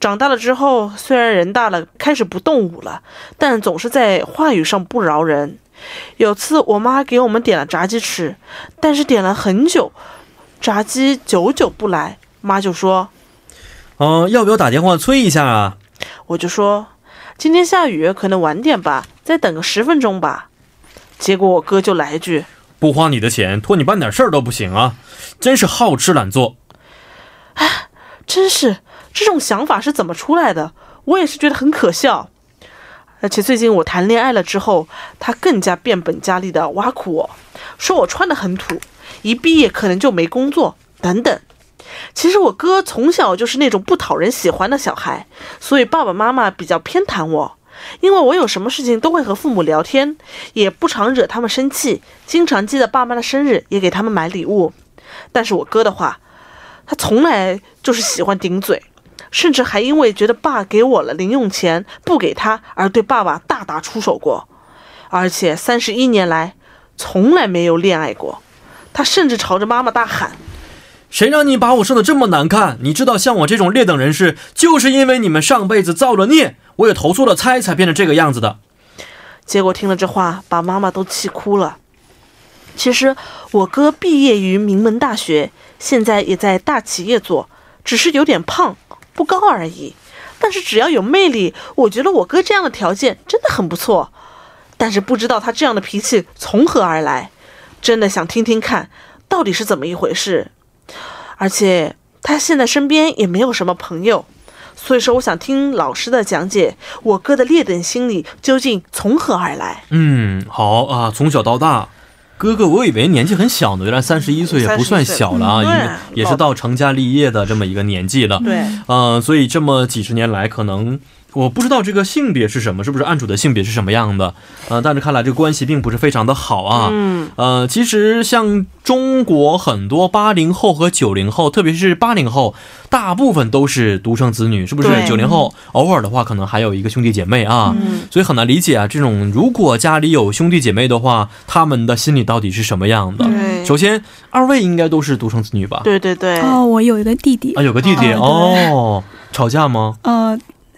[SPEAKER 4] 长大了之后，虽然人大了，开始不动武了，但总是在话语上不饶人。有次我妈给我们点了炸鸡吃，但是点了很久，炸鸡久久不来，妈就说
[SPEAKER 2] 嗯、要不要打电话催一下啊？
[SPEAKER 4] 我就说今天下雨，可能晚点吧，再等个十分钟吧。结果我哥就来一句，
[SPEAKER 2] 不花你的钱，托你办点事儿都不行啊！真是好吃懒做。
[SPEAKER 4] 真是这种想法是怎么出来的？我也是觉得很可笑。而且最近我谈恋爱了之后，他更加变本加厉的挖苦我，说我穿的很土，一毕业可能就没工作等等。其实我哥从小就是那种不讨人喜欢的小孩，所以爸爸妈妈比较偏袒我。因为我有什么事情都会和父母聊天，也不常惹他们生气，经常记得爸妈的生日，也给他们买礼物。但是我哥的话，他从来就是喜欢顶嘴，甚至还因为觉得爸给我了零用钱不给他而对爸爸大打出手过，而且三十一年来从来没有恋爱过。他甚至朝着妈妈大喊
[SPEAKER 2] 谁让你把我生的这么难看？你知道，像我这种劣等人士，就是因为你们上辈子造了孽，我也投错了胎，才变成这个样子的。：“
[SPEAKER 4] 结果听了这话，把妈妈都气哭了。”其实我哥毕业于名门大学，现在也在大企业做，只是有点胖不高而已。但是只要有魅力，我觉得我哥这样的条件真的很不错。但是不知道他这样的脾气从何而来，真的想听听看到底是怎么一回事。而且他现在身边也没有什么朋友，所以说我想听老师的讲解，我哥的劣等心理究竟从何而来？
[SPEAKER 2] 嗯，好啊，从小到大，哥哥我以为年纪很小呢，原来三十一岁也不算小了啊，
[SPEAKER 4] 31
[SPEAKER 2] 因
[SPEAKER 4] 岁嗯
[SPEAKER 2] 为
[SPEAKER 4] 对
[SPEAKER 2] 也是到成家立业的这么一个年纪了。
[SPEAKER 4] 对，
[SPEAKER 2] 嗯、所以这么几十年来，可能我不知道这个性别是什么，是不是案主的性别是什么样的？呃，但是看来这个关系并不是非常的好啊。
[SPEAKER 4] 嗯，
[SPEAKER 2] 呃，其实像中国很多八零后和九零后，特别是八零后，大部分都是独生子女，是不是？
[SPEAKER 4] 对
[SPEAKER 2] 九零后偶尔的话，可能还有一个兄弟姐妹啊，
[SPEAKER 4] 嗯
[SPEAKER 2] 所以很难理解啊。这种如果家里有兄弟姐妹的话，他们的心理到底是什么样的？
[SPEAKER 4] 对
[SPEAKER 2] 首先，二位应该都是独生子女吧？
[SPEAKER 4] 嗯对对对，
[SPEAKER 3] 哦，我有一个弟弟
[SPEAKER 2] 啊，，有个弟弟
[SPEAKER 3] 哦
[SPEAKER 2] 哦，吵架吗？
[SPEAKER 3] 呃，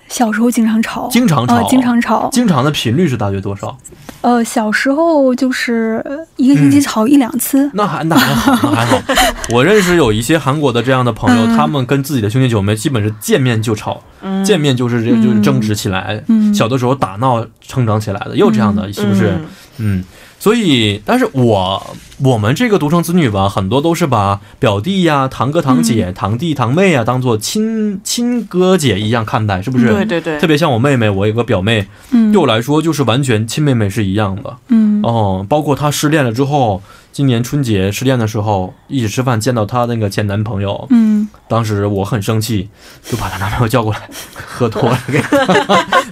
[SPEAKER 3] 小时候经常吵，
[SPEAKER 2] 经常吵
[SPEAKER 3] 呃，经常吵，
[SPEAKER 2] 经常的频率是大约多少？ [laughs]
[SPEAKER 3] 呃，小时候就是呃一个星期
[SPEAKER 2] 嗯
[SPEAKER 3] 吵一两次，
[SPEAKER 2] 那还那还好，那还好。 [laughs] 我认识有一些韩国的这样的朋友，
[SPEAKER 3] 嗯
[SPEAKER 2] 他们跟自己的兄弟姐妹基本是见面就吵，
[SPEAKER 4] 嗯
[SPEAKER 2] 见面就是这
[SPEAKER 3] 嗯
[SPEAKER 2] 就是争执起来，
[SPEAKER 3] 嗯
[SPEAKER 2] 小的时候打闹成长起来的，又这样的，是不是？嗯，所以，但是我我们这个独生子女吧，很多都是把表弟呀、堂哥、堂姐、
[SPEAKER 3] 嗯
[SPEAKER 2] 堂弟、堂妹啊，当做亲亲哥姐一样看待，是不
[SPEAKER 4] 嗯
[SPEAKER 2] 是？
[SPEAKER 4] 对对对，
[SPEAKER 2] 特别像我妹妹，我有个表妹，
[SPEAKER 3] 嗯，
[SPEAKER 2] 对我来说就是完全亲妹妹是一样的。
[SPEAKER 3] 嗯，
[SPEAKER 2] 哦，包括她失恋了之后，今年春节失恋的时候，一起吃饭见到她那个前男朋
[SPEAKER 3] [laughs]
[SPEAKER 2] 友，
[SPEAKER 3] 嗯，
[SPEAKER 2] 当时我很生气，就把她男朋友叫过来，喝多了给
[SPEAKER 3] [laughs]
[SPEAKER 2] 她，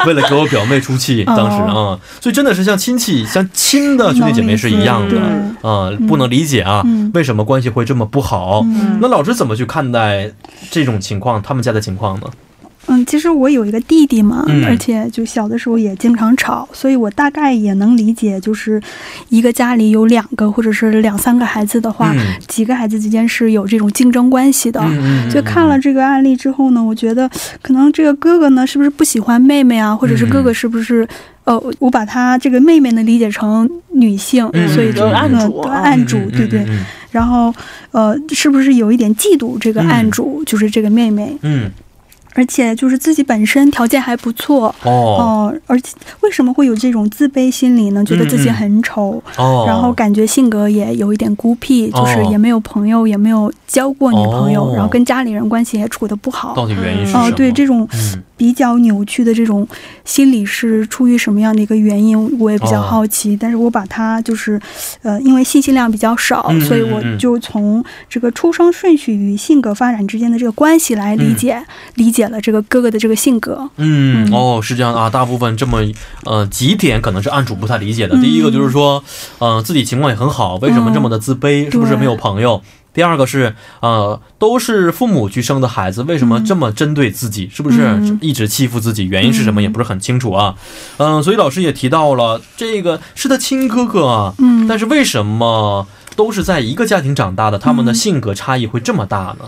[SPEAKER 2] 为了给我表妹出气，
[SPEAKER 3] 哦
[SPEAKER 2] 当时啊、嗯所以真的是像亲戚、像亲的兄弟姐妹是一样的
[SPEAKER 3] 嗯对，
[SPEAKER 2] 啊、不能理解啊、
[SPEAKER 3] 嗯
[SPEAKER 2] 为什么关系会这么不好？
[SPEAKER 3] 嗯
[SPEAKER 2] 那老师怎么去看待这种情况？他们家的情况呢？
[SPEAKER 3] 嗯，其实我有一个弟弟嘛，
[SPEAKER 2] 嗯
[SPEAKER 3] 而且就小的时候也经常吵，所以我大概也能理解，就是一个家里有两个或者是两三个孩子的话，
[SPEAKER 2] 嗯
[SPEAKER 3] 几个孩子之间是有这种竞争关系的。
[SPEAKER 2] 嗯
[SPEAKER 3] 就看了这个案例之后呢，我觉得可能这个哥哥呢是不是不喜欢妹妹啊，或者是
[SPEAKER 2] 嗯
[SPEAKER 3] 哥哥是不是、呃，我把他这个妹妹呢理解成女性，
[SPEAKER 2] 嗯
[SPEAKER 3] 所以就
[SPEAKER 2] 嗯
[SPEAKER 4] 按主
[SPEAKER 3] 嗯
[SPEAKER 4] 啊
[SPEAKER 3] 按主对对。
[SPEAKER 2] 嗯
[SPEAKER 3] 然后呃，是不是有一点嫉妒这个
[SPEAKER 2] 嗯
[SPEAKER 3] 案主，就是这个妹妹，
[SPEAKER 2] 嗯，
[SPEAKER 3] 而且就是自己本身条件还不错。
[SPEAKER 2] 哦
[SPEAKER 3] 哦、而且为什么会有这种自卑心理呢？觉得自己很丑，
[SPEAKER 2] 哦，
[SPEAKER 3] 然后感觉性格也有一点孤僻，
[SPEAKER 2] 哦
[SPEAKER 3] 就是也没有朋友，也没有交过女朋友，
[SPEAKER 2] 哦
[SPEAKER 3] 然后跟家里人关系也处得不好。
[SPEAKER 2] 到底原因是什么？
[SPEAKER 3] 哦，对，这种
[SPEAKER 2] 嗯
[SPEAKER 3] 比较扭曲的这种心理是出于什么样的一个原因，我也比
[SPEAKER 2] 哦
[SPEAKER 3] 较好奇。但是我把它就是，呃，因为信息量比较少，
[SPEAKER 2] 嗯嗯
[SPEAKER 3] 所以我
[SPEAKER 2] 嗯嗯
[SPEAKER 3] 就从这个出生顺序与性格发展之间的这个关系来理解，理解了这个哥哥的这个性格。
[SPEAKER 2] 嗯，
[SPEAKER 3] 嗯
[SPEAKER 2] 哦，是这样啊。大部分这么呃几点可能是案主不太理解的。呃
[SPEAKER 3] 嗯
[SPEAKER 2] 第一个就是说，嗯、自己情况也很好，为什么这么的自卑？是不是
[SPEAKER 3] 对
[SPEAKER 2] 没有朋友？第二个是，呃，都是父母去生的孩子，为什么这么针对自己？是不是
[SPEAKER 3] 嗯
[SPEAKER 2] 一直欺负自己？原因是什么也不是很清楚啊。嗯、所以老师也提到了，这个是他亲哥哥啊，
[SPEAKER 3] 嗯，
[SPEAKER 2] 但是为什么都是在一个家庭长大的，他
[SPEAKER 3] 嗯
[SPEAKER 2] 们的性格差异会这么大呢？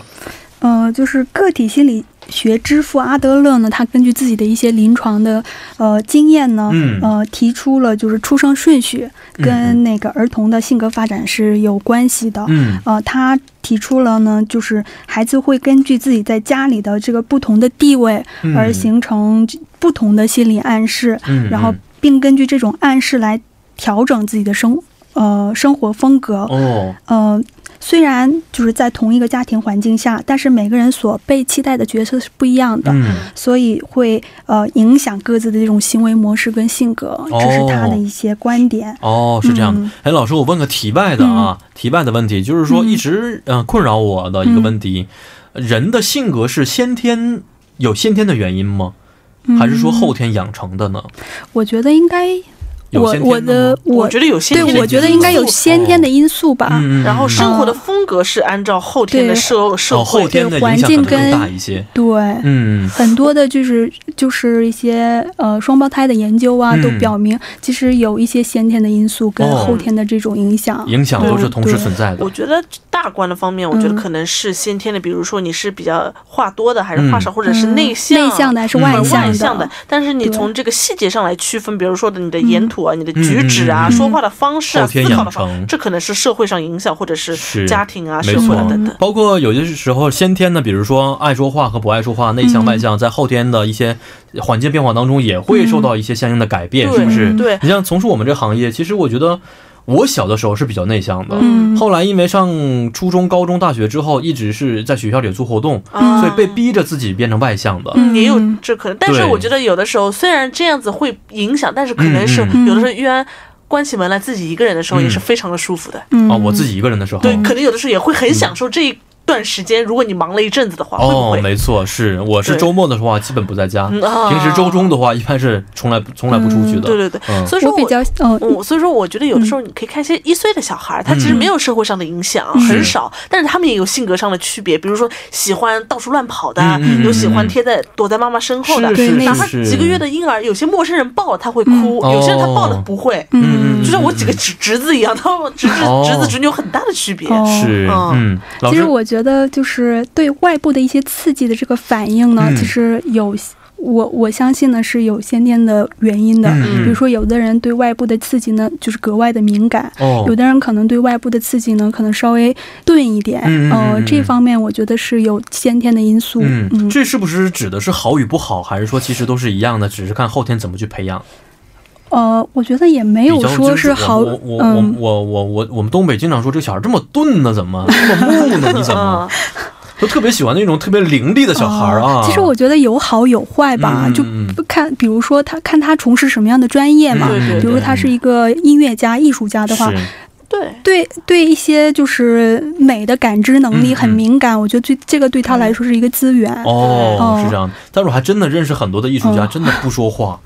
[SPEAKER 3] 呃，就是个体心理学之父阿德勒呢，他根据自己的一些临床的呃经验呢，
[SPEAKER 2] 嗯
[SPEAKER 3] 呃，提出了就是出生顺序
[SPEAKER 2] 嗯
[SPEAKER 3] 跟那个儿童的性格发展是有关系的。
[SPEAKER 2] 嗯
[SPEAKER 3] 呃，他提出了呢，就是孩子会根据自己在家里的这个不同的地位
[SPEAKER 2] 嗯
[SPEAKER 3] 而，形成不同的心理暗示，
[SPEAKER 2] 嗯，
[SPEAKER 3] 然后
[SPEAKER 2] 嗯
[SPEAKER 3] 并根据这种暗示来调整自己的生呃生活风格。
[SPEAKER 2] 哦，
[SPEAKER 3] 呃，虽然就是在同一个家庭环境下，但是每个人所被期待的角色是不一样的，
[SPEAKER 2] 嗯
[SPEAKER 3] 所以会呃影响各自的这种行为模式跟性格，
[SPEAKER 2] 哦
[SPEAKER 3] 这是他的一些观点。
[SPEAKER 2] 哦，是这样的
[SPEAKER 3] 嗯。
[SPEAKER 2] 哎，老师，我问个题外的啊，
[SPEAKER 4] 嗯
[SPEAKER 2] 题外的问题，就是说一直嗯、呃困扰我的一个问题，人的性格是先天有先天的原因吗？
[SPEAKER 4] 嗯
[SPEAKER 2] 还是说后天养成的呢？
[SPEAKER 3] 我觉得应该，
[SPEAKER 2] 有
[SPEAKER 3] 我
[SPEAKER 2] 先
[SPEAKER 3] 我
[SPEAKER 2] 天的
[SPEAKER 3] 的
[SPEAKER 2] 吗
[SPEAKER 4] 我
[SPEAKER 3] 我
[SPEAKER 4] 觉得有些
[SPEAKER 3] 对，
[SPEAKER 2] 天的
[SPEAKER 3] 我觉得应该有先天的因素吧。
[SPEAKER 2] 嗯，嗯
[SPEAKER 4] 啊然后
[SPEAKER 2] 嗯
[SPEAKER 4] 生活的风格是按照后天的
[SPEAKER 3] 对
[SPEAKER 4] 社社
[SPEAKER 2] 哦
[SPEAKER 4] 会
[SPEAKER 2] 后天的影响可能更大一些。
[SPEAKER 3] 对，
[SPEAKER 2] 嗯
[SPEAKER 3] 很多的就是就是一些呃双胞胎的研究啊，
[SPEAKER 2] 嗯
[SPEAKER 3] 都表明其实有一些先天的因素跟
[SPEAKER 2] 哦嗯
[SPEAKER 3] 后天的这种影响。
[SPEAKER 2] 影响都是同时存在的
[SPEAKER 4] 我。觉得大观的方面，我觉得
[SPEAKER 3] 嗯
[SPEAKER 4] 可能是先天的，比如说你是比较话多的还是话少，或者是
[SPEAKER 3] 嗯
[SPEAKER 4] 内向、
[SPEAKER 3] 内向的还是
[SPEAKER 2] 嗯
[SPEAKER 3] 外
[SPEAKER 4] 外
[SPEAKER 3] 向
[SPEAKER 2] 外
[SPEAKER 4] 向的。但是你
[SPEAKER 3] 对
[SPEAKER 4] 从这个细节上来区分，比如说的你的言吐啊、你的举止啊、
[SPEAKER 2] 嗯
[SPEAKER 4] 说话的方式啊、
[SPEAKER 2] 后天
[SPEAKER 4] 思考的
[SPEAKER 2] 养
[SPEAKER 4] 方
[SPEAKER 2] 成
[SPEAKER 4] 这可能是社会上影响，或者是
[SPEAKER 2] 嗯是
[SPEAKER 4] 家庭啊、
[SPEAKER 2] 没
[SPEAKER 4] 社会啊
[SPEAKER 2] 错
[SPEAKER 4] 等等。
[SPEAKER 2] 包括有些时候先天的，比如说爱说话和不爱说话，内向外向，在后天的一些呃环境变化当中，也会受到一些相应的改变，是不是？
[SPEAKER 4] 嗯对，
[SPEAKER 2] 你像从事我们这行业，其实我觉得我小的时候是比较内向的，
[SPEAKER 3] 嗯，
[SPEAKER 2] 后来因为上初中、高中、大学之后，一直是在学校里做活动，
[SPEAKER 4] 啊
[SPEAKER 2] 所以被逼着自己变成外向的。啊
[SPEAKER 4] 也有
[SPEAKER 3] 嗯
[SPEAKER 4] 这可能，但是
[SPEAKER 2] 对
[SPEAKER 4] 我觉得有的时候虽然这样子会影响，但是可能是
[SPEAKER 3] 嗯
[SPEAKER 4] 有的时候依然关起门来自己一个人的时候
[SPEAKER 2] 嗯
[SPEAKER 4] 也是非常的舒服的。
[SPEAKER 3] 嗯
[SPEAKER 2] 啊，我自己一个人的时候，
[SPEAKER 4] 对，可能有的时候也会很享受这一段时间。如果你忙了一阵子的话，会不
[SPEAKER 2] 哦，
[SPEAKER 4] 会？
[SPEAKER 2] 没错，是我是
[SPEAKER 4] 对
[SPEAKER 2] 周末的话基本不在家，
[SPEAKER 4] 嗯啊
[SPEAKER 2] 平时周中的话一般是从来从来不出去的。
[SPEAKER 4] 对对对，
[SPEAKER 2] 嗯
[SPEAKER 4] 所以说
[SPEAKER 3] 我比较嗯、
[SPEAKER 4] 我所以说，我觉得有的时候你可以看一些一岁的小孩，他
[SPEAKER 2] 嗯
[SPEAKER 4] 其实没有社会上的影响，很少，但是他们也有性格上的区别，比如说喜欢到处乱跑的，
[SPEAKER 2] 嗯嗯
[SPEAKER 4] 有喜欢贴在躲在妈妈身后的
[SPEAKER 2] 是，是
[SPEAKER 3] 对
[SPEAKER 4] 哪
[SPEAKER 2] 是
[SPEAKER 4] 怕
[SPEAKER 2] 是
[SPEAKER 4] 几个月的婴儿，有些陌生人抱他会哭，
[SPEAKER 2] 嗯
[SPEAKER 4] 有些人他
[SPEAKER 2] 哦
[SPEAKER 4] 抱的不会，
[SPEAKER 2] 嗯嗯
[SPEAKER 4] 就像我几个侄侄子一样，他们侄子、
[SPEAKER 2] 哦
[SPEAKER 4] 侄子侄女有很大的区别。
[SPEAKER 3] 哦
[SPEAKER 2] 是嗯，老
[SPEAKER 3] 其实
[SPEAKER 2] 师
[SPEAKER 3] 我觉得就是对外部的一些刺激的这个反应呢，
[SPEAKER 2] 嗯
[SPEAKER 3] 其实有我我相信呢是有先天的原因的。
[SPEAKER 2] 嗯
[SPEAKER 3] 比如说，有的人对外部的刺激呢，就是格外的敏感；
[SPEAKER 2] 哦
[SPEAKER 3] 有的人可能对外部的刺激呢，可能稍微钝一点。
[SPEAKER 2] 嗯嗯嗯
[SPEAKER 3] 呃
[SPEAKER 2] 嗯，
[SPEAKER 3] 这方面我觉得是有先天的因素。
[SPEAKER 2] 嗯，这是不是指的是好与不好，还是说其实都是一样的，只是看后天怎么去培养？
[SPEAKER 3] 呃，我觉得也没有
[SPEAKER 2] 比较
[SPEAKER 3] 说
[SPEAKER 2] 就是
[SPEAKER 3] 好，
[SPEAKER 2] 我我我
[SPEAKER 3] 嗯，
[SPEAKER 2] 我我我我们东北经常说这个小孩这么钝呢，怎么这么木呢？你怎么
[SPEAKER 4] 嗯，
[SPEAKER 2] 都特别喜欢那种特别伶俐的小孩啊？
[SPEAKER 3] 呃哦其实我觉得有好有坏吧，
[SPEAKER 2] 嗯
[SPEAKER 3] 就
[SPEAKER 2] 嗯嗯
[SPEAKER 3] 不看，比如说他看他从事什么样的专业嘛。
[SPEAKER 4] 对对
[SPEAKER 3] 比如他是一个音乐家、艺术家的话，
[SPEAKER 2] 嗯是
[SPEAKER 4] 对，
[SPEAKER 3] 对对一些就是美的感知能力
[SPEAKER 2] 嗯
[SPEAKER 3] 很
[SPEAKER 2] 嗯
[SPEAKER 3] 敏感，我觉得这这个对他来说是一个资源。
[SPEAKER 4] [laughs]
[SPEAKER 2] 哦
[SPEAKER 3] 哦，
[SPEAKER 2] 是这样的。但是我还真的认识很多的艺术家，
[SPEAKER 3] 哦
[SPEAKER 2] 真的不说
[SPEAKER 4] [laughs]
[SPEAKER 2] 话，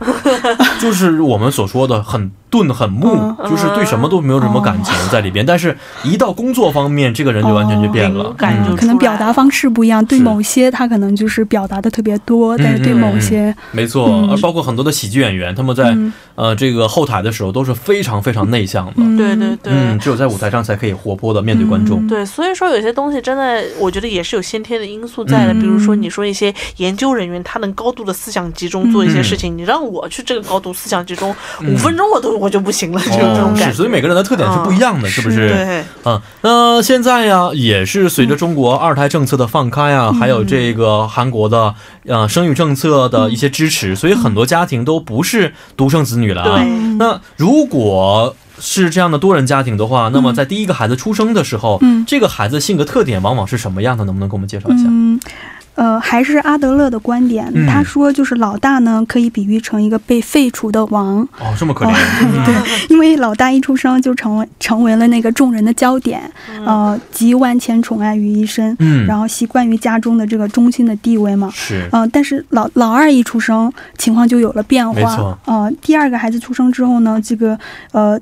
[SPEAKER 2] 就是我们所说的很钝、很木，
[SPEAKER 4] 嗯
[SPEAKER 2] 就是对什么都没有什么感情在里边。但是，一到工作方面，这个人就完全就变了
[SPEAKER 4] 哦。感就
[SPEAKER 2] 嗯
[SPEAKER 3] 可能
[SPEAKER 4] 出来
[SPEAKER 3] 表达方式不一样，对
[SPEAKER 2] 是
[SPEAKER 3] 某些他可能就是表达的特别多，
[SPEAKER 2] 嗯
[SPEAKER 3] 但是对
[SPEAKER 2] 嗯
[SPEAKER 3] 某些，
[SPEAKER 2] 没错
[SPEAKER 3] 嗯，
[SPEAKER 2] 而包括很多的喜剧演员，他们在
[SPEAKER 3] 嗯
[SPEAKER 2] 呃这个后台的时候都是非常非常内向的。
[SPEAKER 3] 嗯，
[SPEAKER 4] 对对对。
[SPEAKER 2] 嗯，只有在舞台上才可以活泼的面对观众。
[SPEAKER 3] 嗯
[SPEAKER 4] 对，所以说有些东西真的，我觉得也是有先天的因素在的。比如说，
[SPEAKER 2] 嗯
[SPEAKER 4] 你说一些研究人员，他能高度的思想集中做一
[SPEAKER 2] 嗯
[SPEAKER 4] 些事情，你让我去这个高度思想集中，五分钟我都我就不行了，就是这种
[SPEAKER 2] 哦，是，
[SPEAKER 4] 感觉。
[SPEAKER 2] 所以每个人的特点是不一样的，是不是？
[SPEAKER 4] 对，
[SPEAKER 2] 嗯，那现在呀，也是随着中国二胎政策的放开啊，还有
[SPEAKER 3] 嗯
[SPEAKER 2] 这个韩国的呃生育政策的一些支持，所以很多家庭都不是独生子女了啊
[SPEAKER 4] 对。
[SPEAKER 2] 那如果是这样的多人家庭的话，那么在第一个孩子出生的时候，
[SPEAKER 3] 嗯
[SPEAKER 2] 这个孩子性格特点往往是什么样的？能不能给我们介绍一下？
[SPEAKER 3] 嗯，呃，还是阿德勒的观点，
[SPEAKER 2] 嗯
[SPEAKER 3] 他说就是老大呢可以比喻成一个被废除的王，
[SPEAKER 2] 哦，这么可怜，
[SPEAKER 4] 嗯
[SPEAKER 3] 因为老大一出生就成为成为了那个众人的焦点，
[SPEAKER 4] 嗯
[SPEAKER 3] 呃，集万千宠爱于一身，
[SPEAKER 2] 嗯，
[SPEAKER 3] 然
[SPEAKER 2] 后
[SPEAKER 3] 后习惯于家中的这个中心的地位嘛。
[SPEAKER 2] 是，
[SPEAKER 3] 嗯、但是老老二一出生，情况就有了变
[SPEAKER 2] 没错
[SPEAKER 3] 化。呃，第二个孩子出生之后呢，这个呃，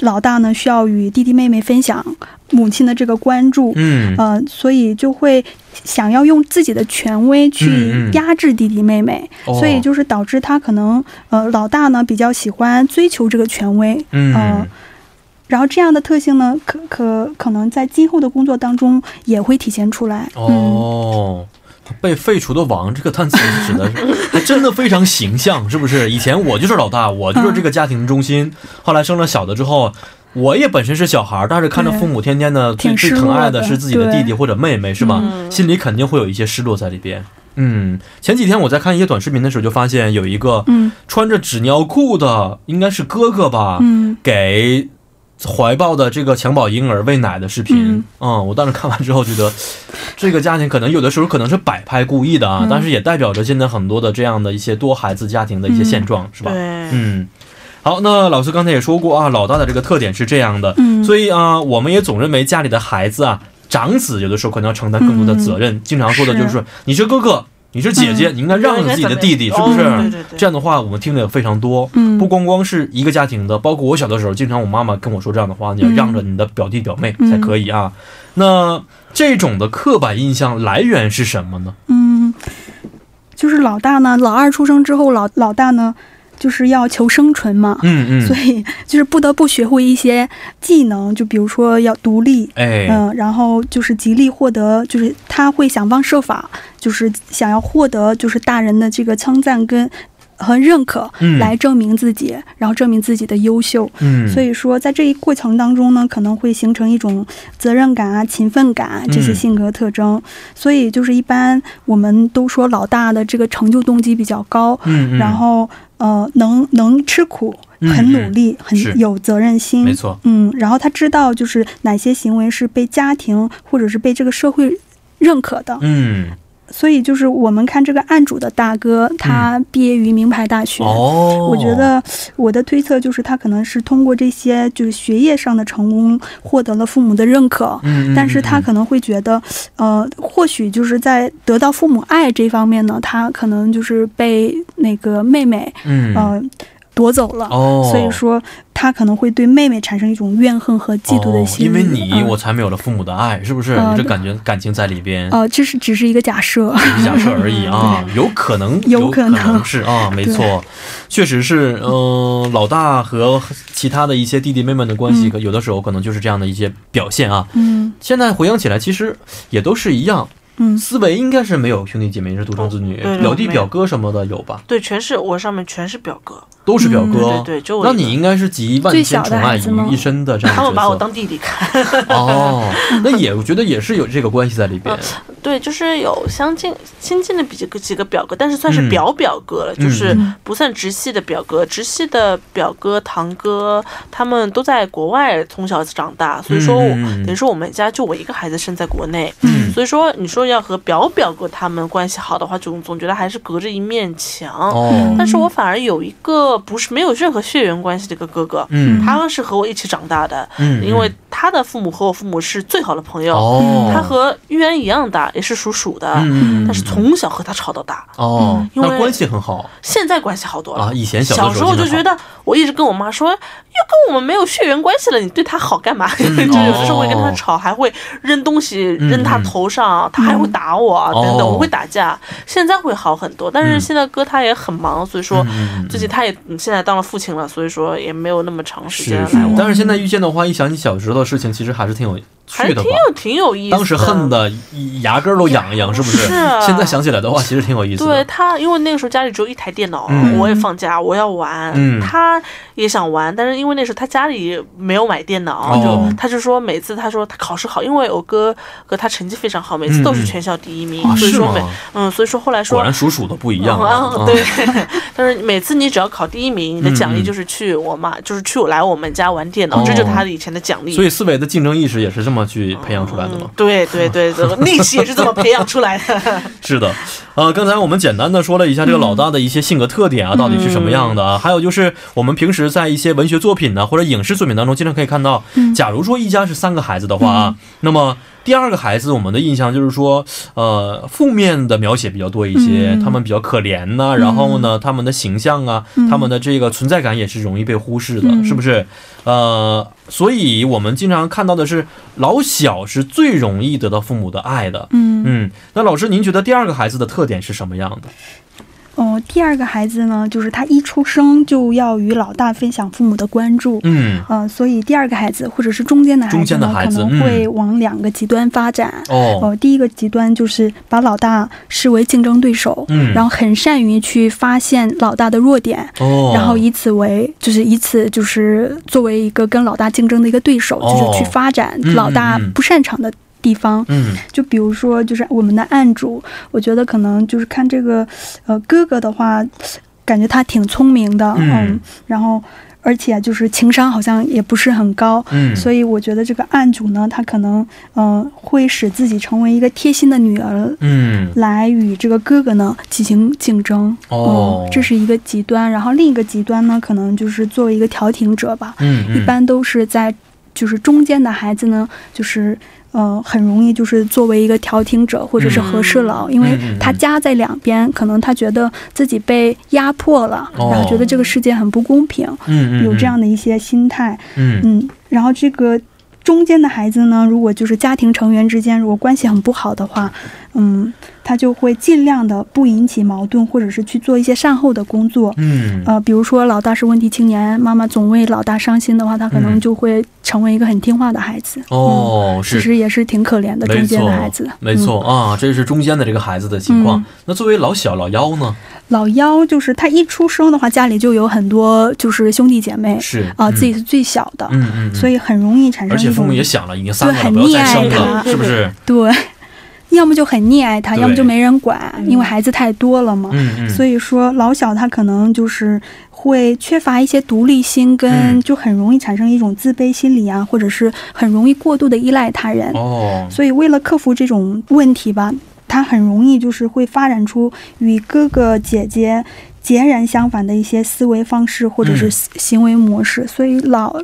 [SPEAKER 3] 老大呢需要与弟弟妹妹分享母亲的这个关注，
[SPEAKER 2] 嗯，
[SPEAKER 3] 呃，所以就会想要用自己的权威
[SPEAKER 2] 嗯
[SPEAKER 3] 去
[SPEAKER 2] 嗯
[SPEAKER 3] 压制弟弟妹妹，
[SPEAKER 2] 哦
[SPEAKER 3] 呃所以就是导致他可能呃老大呢比较喜欢追求这个权威，
[SPEAKER 2] 嗯
[SPEAKER 3] 呃然后这样的特性呢，可可可能在今后的工作当中也会体现出来。嗯，
[SPEAKER 2] 哦。被废除的王这个单词指的
[SPEAKER 3] [laughs]
[SPEAKER 2] 是，还真的非常形象，是不是？以前我就是老大，我就是这个家庭中心。
[SPEAKER 3] 嗯
[SPEAKER 2] 后来生了小的之后，我也本身是小孩儿，但是看着父母天天的最
[SPEAKER 3] 挺
[SPEAKER 2] 最
[SPEAKER 3] 失
[SPEAKER 2] 疼
[SPEAKER 3] 落
[SPEAKER 2] 爱的
[SPEAKER 3] 的
[SPEAKER 2] 是自己的
[SPEAKER 3] 对
[SPEAKER 2] 弟弟或者妹妹，是吧？
[SPEAKER 4] 嗯
[SPEAKER 2] 心里肯定会有一些失落在里边。嗯，前几天我在看一些短视频的时候，就发现有一个
[SPEAKER 3] 嗯
[SPEAKER 2] 穿着纸尿裤的，应该是哥哥吧，
[SPEAKER 3] 嗯，
[SPEAKER 2] 给怀抱的这个襁褓婴儿喂奶的视频。嗯
[SPEAKER 3] 嗯，
[SPEAKER 2] 我当时看完之后觉得， [sighs] 这个家庭可能有的时候可能是摆拍故意的啊，
[SPEAKER 3] 嗯
[SPEAKER 2] 但是也代表着现在很多的这样的一些多孩子家庭的一些现状，是吧？
[SPEAKER 4] 对，
[SPEAKER 2] 嗯。好，那老师刚才也说过啊，老大的这个特点是这样的，
[SPEAKER 3] 嗯
[SPEAKER 2] 所以啊，我们也总认为家里的孩子啊，长子有的时候可能要承担更多的责任。经常说的就是说，你是哥哥，你是姐姐，你应该让着自己的弟弟，是不是？
[SPEAKER 4] 嗯哦对对对
[SPEAKER 2] 这样的话，我们听的也非常多。
[SPEAKER 3] 嗯
[SPEAKER 2] 不光光是一个家庭的，包括我小的时候，经常我妈妈跟我说这样的话，你要
[SPEAKER 3] 嗯
[SPEAKER 2] 让着你的表弟表妹才可以啊。那这种的刻板印象来源是什么呢？
[SPEAKER 3] 嗯，就是老大呢，老二出生之后，老老大呢就是要求生存嘛，
[SPEAKER 2] 嗯
[SPEAKER 3] 啊所
[SPEAKER 2] 嗯，
[SPEAKER 3] 以就是不得不学会一些技能，就比如说要独立，
[SPEAKER 2] 哎，
[SPEAKER 3] 嗯、然后就是极力获得，就是他会想方设法，就是想要获得就是大人的这个称赞跟和认可，
[SPEAKER 2] 嗯
[SPEAKER 3] 来证明自己，然后证明自己的优秀。
[SPEAKER 2] 嗯，
[SPEAKER 3] 所以说，在这一过程当中呢，可能会形成一种责任感啊、勤奋感啊这些
[SPEAKER 2] 嗯
[SPEAKER 3] 性格特征。所以就是一般我们都说老大的这个成就动机比较高，
[SPEAKER 2] 嗯嗯，
[SPEAKER 3] 然后呃能能吃苦，
[SPEAKER 2] 嗯
[SPEAKER 3] 很努力，
[SPEAKER 2] 是
[SPEAKER 3] 很有责任心，
[SPEAKER 2] 没错，
[SPEAKER 3] 嗯，然后他知道就是哪些行为是被家庭或者是被这个社会认可的，
[SPEAKER 2] 嗯，
[SPEAKER 3] 所以就是我们看这个案主的大哥，他毕业于名牌大
[SPEAKER 2] 嗯
[SPEAKER 3] 学。
[SPEAKER 2] 哦，
[SPEAKER 3] 我觉得我的推测就是，他可能是通过这些就是学业上的成功，获得了父母的认可，
[SPEAKER 2] 嗯，嗯，
[SPEAKER 3] 但是他
[SPEAKER 2] 嗯
[SPEAKER 3] 可能会觉得，呃，或许就是在得到父母爱这方面呢，他可能就是被那个妹妹，
[SPEAKER 2] 嗯，
[SPEAKER 3] 呃，夺走了。
[SPEAKER 2] 哦，
[SPEAKER 3] 所以说他可能会对妹妹产生一种怨恨和嫉妒的
[SPEAKER 2] 哦，
[SPEAKER 3] 心理。
[SPEAKER 2] 因为你、
[SPEAKER 3] 嗯
[SPEAKER 2] 我才没有了父母的爱，是不是？
[SPEAKER 3] 嗯
[SPEAKER 2] 你这感觉感情在里边，
[SPEAKER 3] 呃，这是只是一个假设。
[SPEAKER 2] 只是假设而已啊，有可能，
[SPEAKER 3] 有
[SPEAKER 2] 可
[SPEAKER 3] 可能
[SPEAKER 2] 是啊，没错，确实是，嗯、老大和其他的一些弟弟妹妹的关系，
[SPEAKER 3] 嗯
[SPEAKER 2] 可有的时候可能就是这样的一些表现啊。
[SPEAKER 3] 嗯
[SPEAKER 2] 现在回想起来，其实也都是一样，
[SPEAKER 3] [laughs] 嗯
[SPEAKER 2] 思维应该是没有兄弟姐妹是独生子女，
[SPEAKER 4] 对
[SPEAKER 2] 表弟
[SPEAKER 4] 没有
[SPEAKER 2] 表哥什么的有吧，
[SPEAKER 4] 对，全是我上面全是表哥，
[SPEAKER 2] 都是表
[SPEAKER 3] 嗯
[SPEAKER 2] 哥。
[SPEAKER 4] 对对，就我一
[SPEAKER 2] 那
[SPEAKER 4] 个
[SPEAKER 2] 你应该是集万
[SPEAKER 3] 最
[SPEAKER 2] 千
[SPEAKER 3] 小的
[SPEAKER 2] 宠爱
[SPEAKER 3] 孩子吗
[SPEAKER 2] 于一身的这样的
[SPEAKER 4] 他
[SPEAKER 2] 角色。
[SPEAKER 4] [laughs] 们把我当弟弟看，
[SPEAKER 2] 哦，那也我觉得也是有这个关系在里边。
[SPEAKER 4] 对，就是有相近亲近的比几个几个表哥，但是算是
[SPEAKER 2] 嗯
[SPEAKER 4] 表表哥了，
[SPEAKER 2] 嗯
[SPEAKER 4] 就是不算直系的表哥。直系的表哥、堂哥他们都在国外从小长大，所以说我
[SPEAKER 2] 嗯嗯嗯
[SPEAKER 4] 等于说我们家就我一个孩子生在国内，
[SPEAKER 2] 嗯，
[SPEAKER 4] 所以说你说要和表表哥他们关系好的话，总总觉得还是隔着一面墙。
[SPEAKER 2] 哦，
[SPEAKER 4] 但是我反而有一个不是没有任何血缘关系的一个哥哥，
[SPEAKER 2] 嗯
[SPEAKER 4] 他是和我一起长大的，
[SPEAKER 2] 嗯，
[SPEAKER 4] 因为他的父母和我父母是最好的朋友。
[SPEAKER 2] 哦，
[SPEAKER 4] 他和玉渊一样大，也是属鼠的，
[SPEAKER 2] 嗯，嗯嗯
[SPEAKER 4] 但是从小和他吵到大，
[SPEAKER 2] 哦，
[SPEAKER 4] 嗯因
[SPEAKER 2] 那
[SPEAKER 4] 为
[SPEAKER 2] 关系很好
[SPEAKER 4] 现在关系好多了。
[SPEAKER 2] 啊。以前小
[SPEAKER 4] 小
[SPEAKER 2] 的
[SPEAKER 4] 时候就觉
[SPEAKER 2] 经常
[SPEAKER 4] 得，我一直跟我妈说，又跟我们没有血缘关系了，你对他好干嘛？ [laughs] 就有的时候会跟他吵，还会扔东西
[SPEAKER 2] 哦嗯
[SPEAKER 4] 扔他头上，他还会打我啊等等，
[SPEAKER 2] 哦
[SPEAKER 4] 我会打架。现在会好很多，但是现在哥他也很忙，所以
[SPEAKER 2] 好
[SPEAKER 4] 说
[SPEAKER 2] 嗯嗯嗯
[SPEAKER 4] 最近他也嗯现在当了父亲了，所以说也没有那么长时
[SPEAKER 2] 是
[SPEAKER 4] 间
[SPEAKER 2] 是
[SPEAKER 4] 来往，，
[SPEAKER 2] 但是现在遇见的话，一想起小时候的事情，其实还是挺有
[SPEAKER 4] 还是
[SPEAKER 2] 趣的
[SPEAKER 4] 挺
[SPEAKER 2] 吧。
[SPEAKER 4] 有挺有意思的。
[SPEAKER 2] 当时恨的牙根儿都痒痒，是不是？
[SPEAKER 4] 是啊
[SPEAKER 2] 现在想起来的话，其实挺有意思
[SPEAKER 4] 对
[SPEAKER 2] 的。
[SPEAKER 4] 他，因为那个时候家里只有一台电脑，
[SPEAKER 2] 嗯
[SPEAKER 4] 我也放假，我要玩、
[SPEAKER 2] 嗯
[SPEAKER 4] 他也想玩，但是因为那时候他家里没有买电脑，
[SPEAKER 2] 哦
[SPEAKER 4] 就他就说每次他说他考试好，因为我哥哥他成绩非常好，每次都是全校第一名，
[SPEAKER 2] 啊，
[SPEAKER 4] 所以
[SPEAKER 2] 嗯是
[SPEAKER 4] 说
[SPEAKER 2] 吗
[SPEAKER 4] 每？嗯，所以说后来
[SPEAKER 2] 果
[SPEAKER 4] 说
[SPEAKER 2] 然。属鼠的不一样
[SPEAKER 4] 嗯
[SPEAKER 2] 啊。
[SPEAKER 4] 对， [laughs] 但是每次你只要考第一名，你的奖
[SPEAKER 2] 嗯
[SPEAKER 4] 励
[SPEAKER 2] 嗯
[SPEAKER 4] 就是去我妈，就是去我来我们家玩电脑，
[SPEAKER 2] 哦
[SPEAKER 4] 这就是他以前的奖励。
[SPEAKER 2] 所以思维的竞争意识也是这么去培养出来的
[SPEAKER 4] 嗯
[SPEAKER 2] 嘛。
[SPEAKER 4] 对对
[SPEAKER 2] [laughs]
[SPEAKER 4] 对对，力气也是这么培养出来的。
[SPEAKER 2] 是的，
[SPEAKER 3] 嗯
[SPEAKER 2] 呃，刚才我们简单的说了一下这个老大的一些性格特点啊，到底是什么样的啊？还有就是我们平时时在一些文学作品呢或者影视作品当中，经常可以看到，
[SPEAKER 3] 嗯
[SPEAKER 2] 假如说一家是三个孩子的话啊，那么第二个孩子我们的印象就是说，呃，负面的描写比较多一些，
[SPEAKER 3] 嗯
[SPEAKER 2] 他们比较可怜呐、然后呢，他们的形象啊，
[SPEAKER 3] 嗯
[SPEAKER 2] 他们的这个存在感也是容易被忽视的，
[SPEAKER 3] 嗯
[SPEAKER 2] 是不是？呃，所以我们经常看到的是老小是最容易得到父母的爱的。
[SPEAKER 3] 嗯
[SPEAKER 2] 嗯，那老师，您觉得第二个孩子的特点是什么样的？
[SPEAKER 3] 哦，第二个孩子呢，就是他一出生就要与老大分享父母的关注。
[SPEAKER 2] 嗯，
[SPEAKER 3] 嗯、所以第二个孩子或者是中间的孩
[SPEAKER 2] 中
[SPEAKER 3] 子
[SPEAKER 2] 间的
[SPEAKER 3] 呢，
[SPEAKER 2] 孩子
[SPEAKER 3] 可
[SPEAKER 2] 嗯
[SPEAKER 3] 能会往两个极端发展。
[SPEAKER 2] 哦，
[SPEAKER 3] 呃，第一个极端就是把老大视为竞争对手，
[SPEAKER 2] 嗯
[SPEAKER 3] 然后很善于去发现老大的弱点，
[SPEAKER 2] 哦，
[SPEAKER 3] 然后以此为就是以此就是作为一个跟老大竞争的一个对手，
[SPEAKER 2] 哦
[SPEAKER 3] 就是去发展
[SPEAKER 2] 嗯
[SPEAKER 3] 老大
[SPEAKER 2] 嗯嗯
[SPEAKER 3] 不擅长的地方。
[SPEAKER 2] 嗯，
[SPEAKER 3] 就比如说，就是我们的案主，我觉得可能就是看这个，呃，哥哥的话，感觉他挺聪明的，
[SPEAKER 2] 嗯
[SPEAKER 3] 然后而且就是情商好像也不是很高，
[SPEAKER 2] 嗯，
[SPEAKER 3] 所
[SPEAKER 2] 以
[SPEAKER 3] 以我觉得这个案主呢，他可能嗯、呃会使自己成为一个贴心的女儿。
[SPEAKER 2] 嗯，
[SPEAKER 3] 来与这个哥哥呢进行竞争，
[SPEAKER 2] 哦
[SPEAKER 3] 嗯，这是一个极端。然后另一个极端呢，可能就是作为一个调停者吧，
[SPEAKER 2] 嗯，嗯
[SPEAKER 3] 一般都是在就是中间的孩子呢，就是呃很容易就是作为一个调停者或者是和事佬，因为
[SPEAKER 2] 嗯嗯
[SPEAKER 3] 他夹在两边，可能他觉得自己被压迫了，
[SPEAKER 2] 哦
[SPEAKER 3] 然后觉得这个世界很不公平，
[SPEAKER 2] 嗯嗯
[SPEAKER 3] 有这样
[SPEAKER 2] 的，
[SPEAKER 3] 的一些心态。
[SPEAKER 2] 嗯
[SPEAKER 3] 嗯，然后这个。中间的孩子呢，如果就是家庭成员之间如果关系很不好的话，嗯，他就会尽量的不引起矛盾，或者是去做一些善后的工作，
[SPEAKER 2] 嗯，
[SPEAKER 3] 呃，比如说老大是问题青年，妈妈总为老大伤心的话，他可能
[SPEAKER 2] 嗯
[SPEAKER 3] 就会成为一个很听话的孩子。嗯，
[SPEAKER 2] 哦，
[SPEAKER 3] 其
[SPEAKER 2] 是。
[SPEAKER 3] 实也是挺可怜的中
[SPEAKER 2] 没
[SPEAKER 3] 间
[SPEAKER 2] 错
[SPEAKER 3] 的孩子。，
[SPEAKER 2] 没错啊，这是中间的这个孩子的情况
[SPEAKER 3] 嗯。
[SPEAKER 2] 那作为老小老幺呢？
[SPEAKER 3] 老幺就是他一出生的话，家里就有很多就是兄弟姐妹
[SPEAKER 2] 是
[SPEAKER 3] 啊、
[SPEAKER 2] 嗯
[SPEAKER 3] 自己是最小的，
[SPEAKER 2] 嗯嗯嗯，
[SPEAKER 3] 所
[SPEAKER 2] 以
[SPEAKER 3] 以很容易产
[SPEAKER 2] 而
[SPEAKER 3] 生
[SPEAKER 2] 且
[SPEAKER 3] 一
[SPEAKER 2] 父母
[SPEAKER 3] 种
[SPEAKER 2] 也想了，已经三个了，
[SPEAKER 3] 很
[SPEAKER 2] 不要再
[SPEAKER 3] 溺
[SPEAKER 2] 生
[SPEAKER 3] 爱
[SPEAKER 2] 了，
[SPEAKER 3] 他
[SPEAKER 2] 是不是？
[SPEAKER 3] 对， [laughs] 要么就很溺爱他，
[SPEAKER 2] 对
[SPEAKER 3] 要么就没人管，因为孩子太多了嘛。
[SPEAKER 2] 嗯嗯，
[SPEAKER 3] 所以说，老小他可能就是会缺乏一些独立心，跟
[SPEAKER 2] 嗯
[SPEAKER 3] 就很容易产生一种自卑心理啊，或者是很容易过度的依赖他人。
[SPEAKER 2] 哦，
[SPEAKER 3] 所以，为了克服这种问题吧，他很容易就是会发展出与哥哥姐姐截然相反的一些思维方式或者是
[SPEAKER 2] 嗯
[SPEAKER 3] 行行为模式。所以老，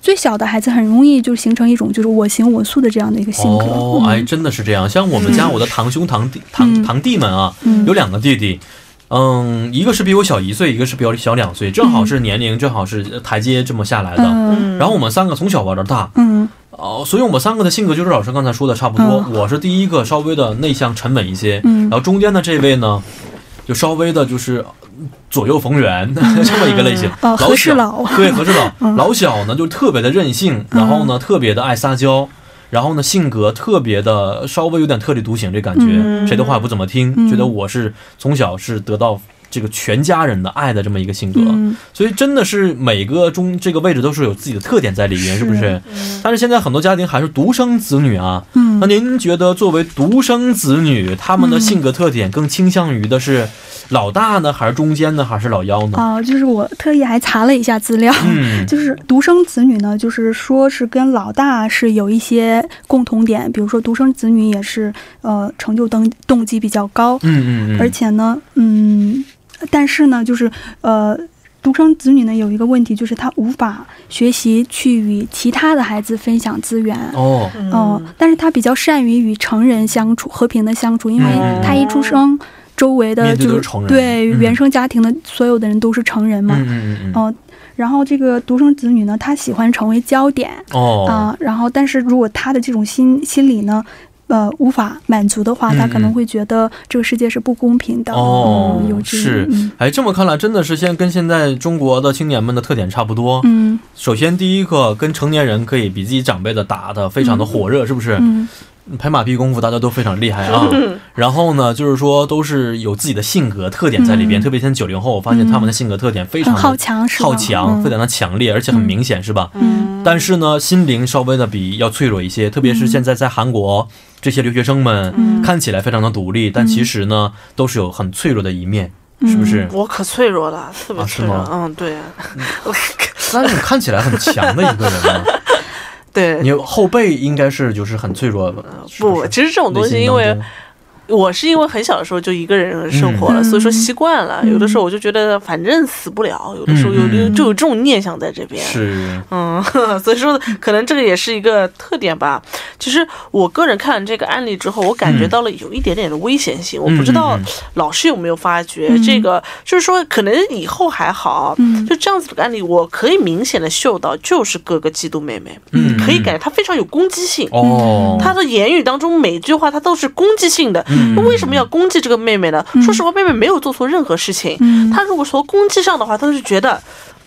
[SPEAKER 3] 最小的孩子很容易就形成一种就是我行我素的这样的一个性格。
[SPEAKER 2] 哦，哎，真的是这样。像我们家
[SPEAKER 3] 嗯
[SPEAKER 2] 我的堂兄堂弟堂
[SPEAKER 3] 嗯
[SPEAKER 2] 堂弟们啊，
[SPEAKER 3] 嗯，
[SPEAKER 2] 有两个弟弟。嗯，一个是比我小一岁，一个是比我小两岁，正好是年龄，正好是台阶这么下来的。
[SPEAKER 3] 嗯
[SPEAKER 2] 然后我们三个从小玩到大，
[SPEAKER 3] 嗯
[SPEAKER 2] 哦，所以我们三个的性格就是老师刚才说的差不多。
[SPEAKER 3] 嗯
[SPEAKER 2] 我是第一个稍微的内向沉稳一些，
[SPEAKER 3] 嗯
[SPEAKER 2] 然后中间的这位呢，就稍微的就是呃左右逢源、 [laughs] 这么一个类型。
[SPEAKER 3] 呃，
[SPEAKER 2] 老
[SPEAKER 3] 和事
[SPEAKER 2] 小
[SPEAKER 3] 佬，嗯
[SPEAKER 2] 对和事佬，老小呢就特别的任性，然后呢特别的爱撒娇。然后呢，性格特别的稍微有点特立独行这感觉，
[SPEAKER 3] 嗯
[SPEAKER 2] 谁的话也不怎么听，
[SPEAKER 3] 嗯
[SPEAKER 2] 觉得我是从小是得到这个全家人的爱的这么一个性格。
[SPEAKER 3] 嗯。
[SPEAKER 2] 所以真的是每个中这个位置都是有自己的特点在里面，
[SPEAKER 3] 是
[SPEAKER 2] 是不是？但是现在很多家庭还是独生子女啊。
[SPEAKER 3] 嗯
[SPEAKER 2] 那您觉得作为独生子女，他们的性格特点更倾向于的是老大呢，还是中间呢，还是老幺呢？
[SPEAKER 3] 啊、就是我特意还查了一下资料，
[SPEAKER 2] 嗯
[SPEAKER 3] 就是独生子女呢，就是说是跟老大是有一些共同点，比如说独生子女也是呃成就动动机比较高，
[SPEAKER 2] 嗯嗯嗯，
[SPEAKER 3] 而且呢，嗯，但是呢，就是呃。独生子女呢有一个问题，就是他无法学习去与其他的孩子分享资源，
[SPEAKER 2] 哦，
[SPEAKER 4] 嗯
[SPEAKER 3] 哦，但是他比较善于与成人相处，和平的相处，因为他一出生，周围
[SPEAKER 2] 嗯
[SPEAKER 3] 的
[SPEAKER 2] 面对
[SPEAKER 3] 就
[SPEAKER 2] 都
[SPEAKER 3] 是
[SPEAKER 2] 是成人
[SPEAKER 3] 对
[SPEAKER 2] 嗯
[SPEAKER 3] 原生家庭的所有的人都是成人嘛。
[SPEAKER 2] 嗯嗯嗯嗯，
[SPEAKER 3] 哦，然后这个独生子女呢，他喜欢成为焦点啊、
[SPEAKER 2] 哦，
[SPEAKER 3] 然后但是如果他的这种心心理呢。呃，无法满足的话，
[SPEAKER 2] 嗯
[SPEAKER 3] 他可能
[SPEAKER 2] 嗯
[SPEAKER 3] 会觉得这个世界是不公平的。
[SPEAKER 2] 哦
[SPEAKER 3] 嗯有这
[SPEAKER 2] 是
[SPEAKER 3] 嗯
[SPEAKER 2] 哎，这么看来，真的是现在跟现在中国的青年们的特点差不多。
[SPEAKER 3] 嗯
[SPEAKER 2] 首先，第一个跟成年人可以比自己长辈的打的非常的火热，是不是？
[SPEAKER 3] 嗯
[SPEAKER 2] 拍马屁功夫大家都非常厉害啊。 [laughs] 然后呢，就是说都是有自己的性格特点在里边，
[SPEAKER 3] 嗯
[SPEAKER 2] 特别像九零后，我发现他们的性格特点非常
[SPEAKER 3] 很
[SPEAKER 2] 的
[SPEAKER 3] 好强是吧？
[SPEAKER 2] 好强，
[SPEAKER 3] 嗯
[SPEAKER 2] 非常的强烈，而且很明显，是吧？
[SPEAKER 3] 嗯
[SPEAKER 2] 但是呢，心灵稍微的比要脆弱一些，特别是现在在韩国这些留学生们。
[SPEAKER 3] 嗯
[SPEAKER 2] 看起来非常的独立，但其实呢，都是有很脆弱的一面，
[SPEAKER 3] 嗯
[SPEAKER 2] 是不是？
[SPEAKER 4] 我可脆弱了，特别
[SPEAKER 2] 啊是
[SPEAKER 4] 脆弱。
[SPEAKER 2] 吗
[SPEAKER 4] 嗯，对， [laughs]
[SPEAKER 2] 但是你看起来很强的一个人啊呢，
[SPEAKER 4] 对，
[SPEAKER 2] 你后背应该是就是很脆弱的。是
[SPEAKER 3] [laughs]
[SPEAKER 4] 不，
[SPEAKER 2] 是
[SPEAKER 4] 其实这种东西，因为
[SPEAKER 2] 内心
[SPEAKER 4] 我是因为很小的时候就一个人生活了，
[SPEAKER 3] 嗯
[SPEAKER 4] 所以说习惯了。
[SPEAKER 3] 嗯
[SPEAKER 4] 有的时候我就觉得反正死不了，有的时候有
[SPEAKER 2] 嗯
[SPEAKER 4] 就就有这种念想在这边。
[SPEAKER 2] 是，
[SPEAKER 4] 嗯，所以说可能这个也是一个特点吧。其实我个人看了这个案例之后，我感觉到了有一点点的危险性，我不知道
[SPEAKER 2] 嗯嗯嗯嗯
[SPEAKER 4] 老师有没有发觉、
[SPEAKER 3] 嗯
[SPEAKER 4] 这个，就是说可能以后还好。
[SPEAKER 3] 嗯
[SPEAKER 4] 就这样子的案例，我可以明显的嗅到，就是哥哥嫉妒妹妹，
[SPEAKER 2] 嗯
[SPEAKER 4] 可以感觉她非常有攻击性。
[SPEAKER 2] 哦，
[SPEAKER 4] 她的言语当中每句话，她都是攻击性的。
[SPEAKER 2] 嗯
[SPEAKER 4] 那为什么要攻击这个妹妹呢？说实话，妹妹没有做错任何事情。
[SPEAKER 3] 嗯
[SPEAKER 4] 她如果从攻击上的话，她是觉得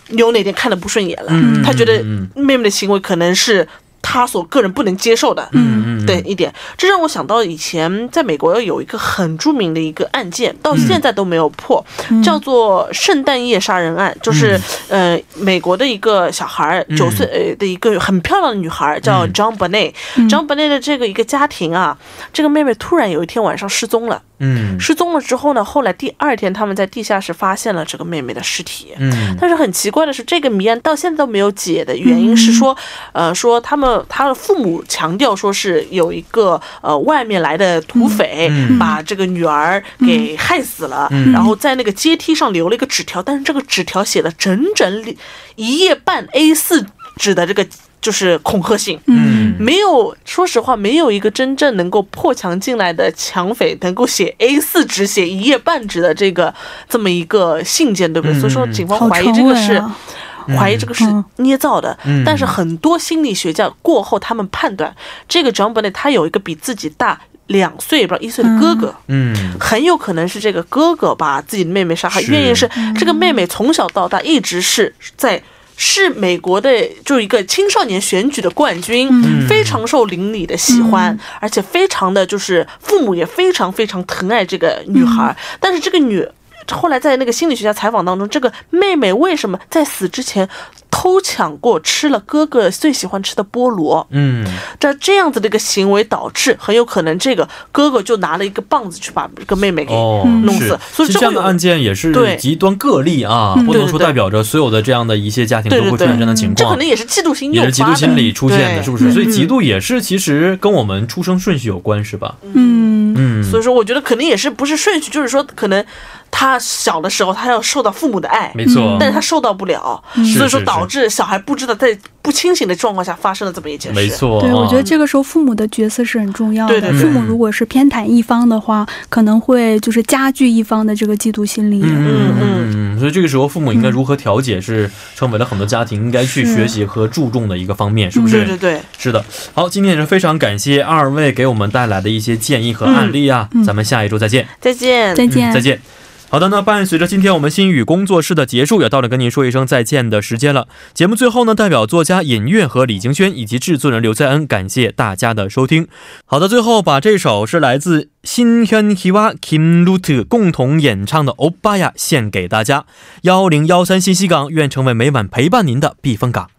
[SPEAKER 4] 有哪点看的不顺眼了，
[SPEAKER 2] 嗯
[SPEAKER 4] 她觉得
[SPEAKER 2] 嗯
[SPEAKER 4] 妹妹的行为可能是她所个人不能接受的。
[SPEAKER 2] 嗯嗯，
[SPEAKER 4] 对一点，这让我想到以前在美国有一个很著名的一个案件，
[SPEAKER 2] 嗯
[SPEAKER 4] 到现在都没有破，叫做圣诞夜杀人案，就是、
[SPEAKER 2] 嗯
[SPEAKER 4] 呃美国的一个小孩儿，九、岁呃的一个很漂亮的女孩儿叫
[SPEAKER 2] 嗯
[SPEAKER 4] John Bonet，John、Bonet 的这个一个家庭啊，这个妹妹突然有一天晚上失踪了，
[SPEAKER 2] 嗯
[SPEAKER 4] 失踪了之后呢，后来第二天他们在地下室发现了这个妹妹的尸体。
[SPEAKER 2] 嗯，
[SPEAKER 4] 但是很奇怪的是，这个谜案到现在都没有解的原因是说，
[SPEAKER 2] 嗯
[SPEAKER 4] 呃，说他们他的父母强调说是有一个呃外面来的土匪、
[SPEAKER 2] 嗯
[SPEAKER 4] 把这个女儿给害死了，
[SPEAKER 2] 嗯
[SPEAKER 4] 然后在那个阶梯上留了一个纸条，但是这个纸条写了整整里一页半 A 四纸的这个就是恐吓信。
[SPEAKER 2] 嗯
[SPEAKER 4] 没有，说实话，没有一个真正能够破墙进来的抢匪能够写 A 四纸、写一页半纸的这个这么一个信件，对不对？
[SPEAKER 2] 嗯
[SPEAKER 4] 所以说，警方
[SPEAKER 3] 好
[SPEAKER 4] 怀疑
[SPEAKER 3] 沉
[SPEAKER 4] 这个
[SPEAKER 3] 稳
[SPEAKER 4] 是、
[SPEAKER 3] 啊，
[SPEAKER 4] 怀疑这个是
[SPEAKER 3] 嗯
[SPEAKER 4] 捏造的。
[SPEAKER 2] 嗯
[SPEAKER 4] 但是很多心理学家过后，他们判断这个 John Bonet 他有一个比自己大两岁不知道一岁的哥哥。
[SPEAKER 2] 嗯
[SPEAKER 4] 很有可能是这个哥哥把自己的妹妹杀害，
[SPEAKER 2] 是
[SPEAKER 4] 原因是这个妹妹从小到大一直是在是美国的就一个青少年选举的冠军，
[SPEAKER 3] 嗯
[SPEAKER 4] 非常受邻里的喜欢，而且非常的就是父母也非常非常疼爱这个女孩，但是这个女。后来在那个心理学家采访当中，这个妹妹为什么在死之前偷抢过吃了哥哥最喜欢吃的菠萝？
[SPEAKER 2] 嗯
[SPEAKER 4] 这这样子的一个行为导致，很有可能这个哥哥就拿了一个棒子去把这个妹妹给。
[SPEAKER 2] 哦，
[SPEAKER 4] 弄
[SPEAKER 2] 是
[SPEAKER 4] 死所以
[SPEAKER 2] 其实这
[SPEAKER 4] 这会
[SPEAKER 2] 样的
[SPEAKER 4] 有
[SPEAKER 2] 案件也是
[SPEAKER 4] 对
[SPEAKER 2] 极端个例啊，
[SPEAKER 3] 嗯
[SPEAKER 2] 不
[SPEAKER 4] 对
[SPEAKER 2] 能
[SPEAKER 4] 对
[SPEAKER 2] 说
[SPEAKER 4] 对
[SPEAKER 2] 代表着所有的这样的一些家庭都
[SPEAKER 4] 对
[SPEAKER 2] 会
[SPEAKER 4] 对
[SPEAKER 2] 出
[SPEAKER 4] 对
[SPEAKER 2] 现这样的情
[SPEAKER 4] 这可
[SPEAKER 2] 况
[SPEAKER 4] 能。也是嫉妒心诱
[SPEAKER 2] 也
[SPEAKER 4] 发
[SPEAKER 2] 是
[SPEAKER 4] 的，
[SPEAKER 2] 嫉妒心理出现的，
[SPEAKER 4] 对
[SPEAKER 2] 是不是？
[SPEAKER 3] 嗯
[SPEAKER 2] 所以嫉妒也是其实跟我们出生顺序有关，是吧？
[SPEAKER 3] 嗯
[SPEAKER 2] 嗯，
[SPEAKER 4] 所以说，我觉得可能也是不是顺序，就是说，可能他小的时候他要受到父母的爱，
[SPEAKER 2] 没错，嗯
[SPEAKER 4] 但是他受到不了，
[SPEAKER 2] 是
[SPEAKER 4] 所以说
[SPEAKER 2] 是
[SPEAKER 4] 导致小孩不知道在不清醒的状况下发生了这么一件事。
[SPEAKER 2] 没，错，
[SPEAKER 3] 对，我觉得
[SPEAKER 2] 啊
[SPEAKER 3] 这个时候父母的角色是很重要的。
[SPEAKER 4] 对对对
[SPEAKER 3] 父母如果是偏袒一方的话，可能会就是加剧一方的这个嫉妒心理。
[SPEAKER 2] 嗯
[SPEAKER 4] 嗯
[SPEAKER 2] 嗯嗯，所以这个时候父母应该如何调解，是成为了很多家庭应该去
[SPEAKER 3] 是
[SPEAKER 2] 学习和注重的一个方面，是不是？
[SPEAKER 4] 对对对，
[SPEAKER 2] 是的。好，今天也是非常感谢二位给我们带来的一些建议和案例啊，咱们下一周再见。
[SPEAKER 4] 再见。
[SPEAKER 3] 再见，
[SPEAKER 2] 嗯，再见。好的，那伴随着今天我们心语工作室的结束，也到了跟您说一声再见的时间了。节目最后呢，代表作家尹月和李京轩以及制作人刘在恩，感谢大家的收听。好的，最后把这首是来自新현希瓦 Kim Lut 共同演唱的《欧巴呀》献给大家。幺零幺三信息港，愿成为每晚陪伴您的避风港。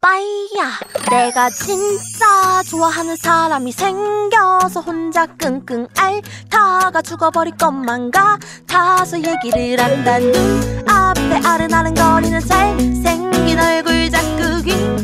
[SPEAKER 5] 빠이야 내가 진짜 좋아하는 사람이 생겨서 혼자 끙끙 앓다가 죽어버릴 것만 같아서 얘기를 한다 눈앞에 아른아른거리는 잘생긴 얼굴 자꾸 귀